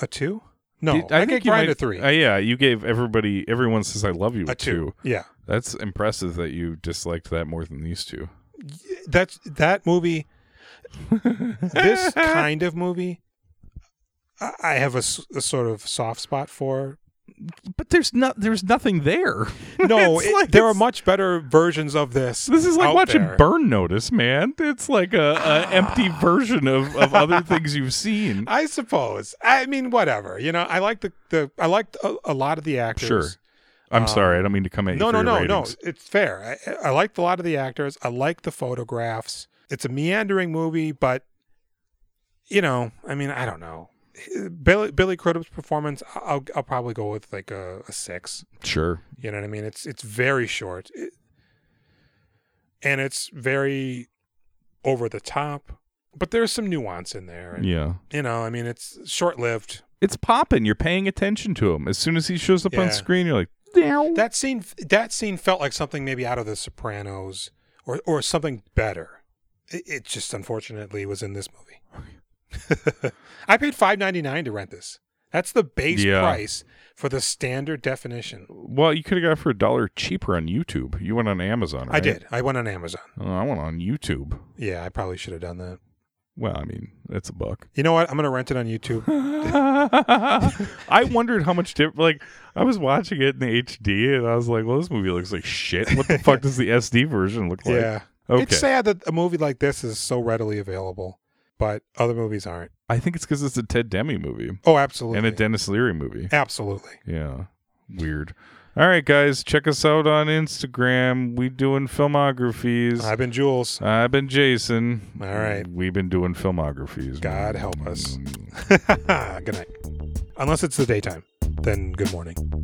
Speaker 2: a two. No,
Speaker 1: Did-
Speaker 2: I, think
Speaker 1: you
Speaker 2: Grind
Speaker 1: might-
Speaker 2: a three,
Speaker 1: Uh, yeah, you gave everybody. Everyone says I love you
Speaker 2: a two. Yeah,
Speaker 1: That's impressive that you disliked that more than these two.
Speaker 2: that's that movie. this kind of movie, I I have a, s- a sort of soft spot for
Speaker 1: but there's not. There's nothing there.
Speaker 2: No,
Speaker 1: It's
Speaker 2: it-
Speaker 1: like
Speaker 2: there are
Speaker 1: it's-
Speaker 2: much better versions of this.
Speaker 1: This is like
Speaker 2: out
Speaker 1: watching
Speaker 2: there.
Speaker 1: Burn Notice, man. It's like a, a empty version of, of other things you've seen.
Speaker 2: I suppose. I mean, whatever. You know, I like the, the I liked a, a lot of the actors.
Speaker 1: Sure. I'm
Speaker 2: Um,
Speaker 1: sorry, I don't mean to come at you.
Speaker 2: No,
Speaker 1: for
Speaker 2: no,
Speaker 1: your
Speaker 2: no,
Speaker 1: ratings.
Speaker 2: no. It's fair. I, I liked a lot of the actors. I like the photographs. It's a meandering movie, but you know, I mean, I don't know. Billy Billy Crudup's performance, I'll I'll probably go with like a, a six.
Speaker 1: Sure.
Speaker 2: You know what I mean? It's it's very short, It- and it's very over the top. But there's some nuance in there, and,
Speaker 1: Yeah.
Speaker 2: you know. I mean, it's short lived.
Speaker 1: It's popping. You're paying attention to him. As soon as he shows up
Speaker 2: Yeah.
Speaker 1: on screen, you're like, "Meow."
Speaker 2: That scene that scene felt like something maybe out of The Sopranos, or or something better. It, it just unfortunately was in this movie. I paid five ninety nine to rent this. That's the base
Speaker 1: Yeah.
Speaker 2: price for the standard definition.
Speaker 1: Well, you could have got it for a dollar cheaper on YouTube. You went on Amazon.
Speaker 2: I
Speaker 1: right?
Speaker 2: did. I went on Amazon.
Speaker 1: Oh, I went on YouTube.
Speaker 2: Yeah, I probably should have done that.
Speaker 1: Well, I mean, that's a buck.
Speaker 2: You know what? I'm gonna rent it on YouTube.
Speaker 1: I wondered how much different. Like, I was watching it in HD, and I was like, "Well, this movie looks like shit. What the fuck does the SD version look like?"
Speaker 2: yeah.
Speaker 1: Okay.
Speaker 2: It's sad that a movie like this is so readily available, but other movies aren't.
Speaker 1: I think it's because it's a Ted Demi movie
Speaker 2: Oh, absolutely.
Speaker 1: and a Dennis Leary movie.
Speaker 2: absolutely.
Speaker 1: Yeah. Weird. All right, guys, check us out on Instagram. We doing filmographies.
Speaker 2: I've been Jules.
Speaker 1: I've been Jason.
Speaker 2: All right.
Speaker 1: We've been doing filmographies. Mm.
Speaker 2: God help us. Good night. Unless it's the daytime, then good morning.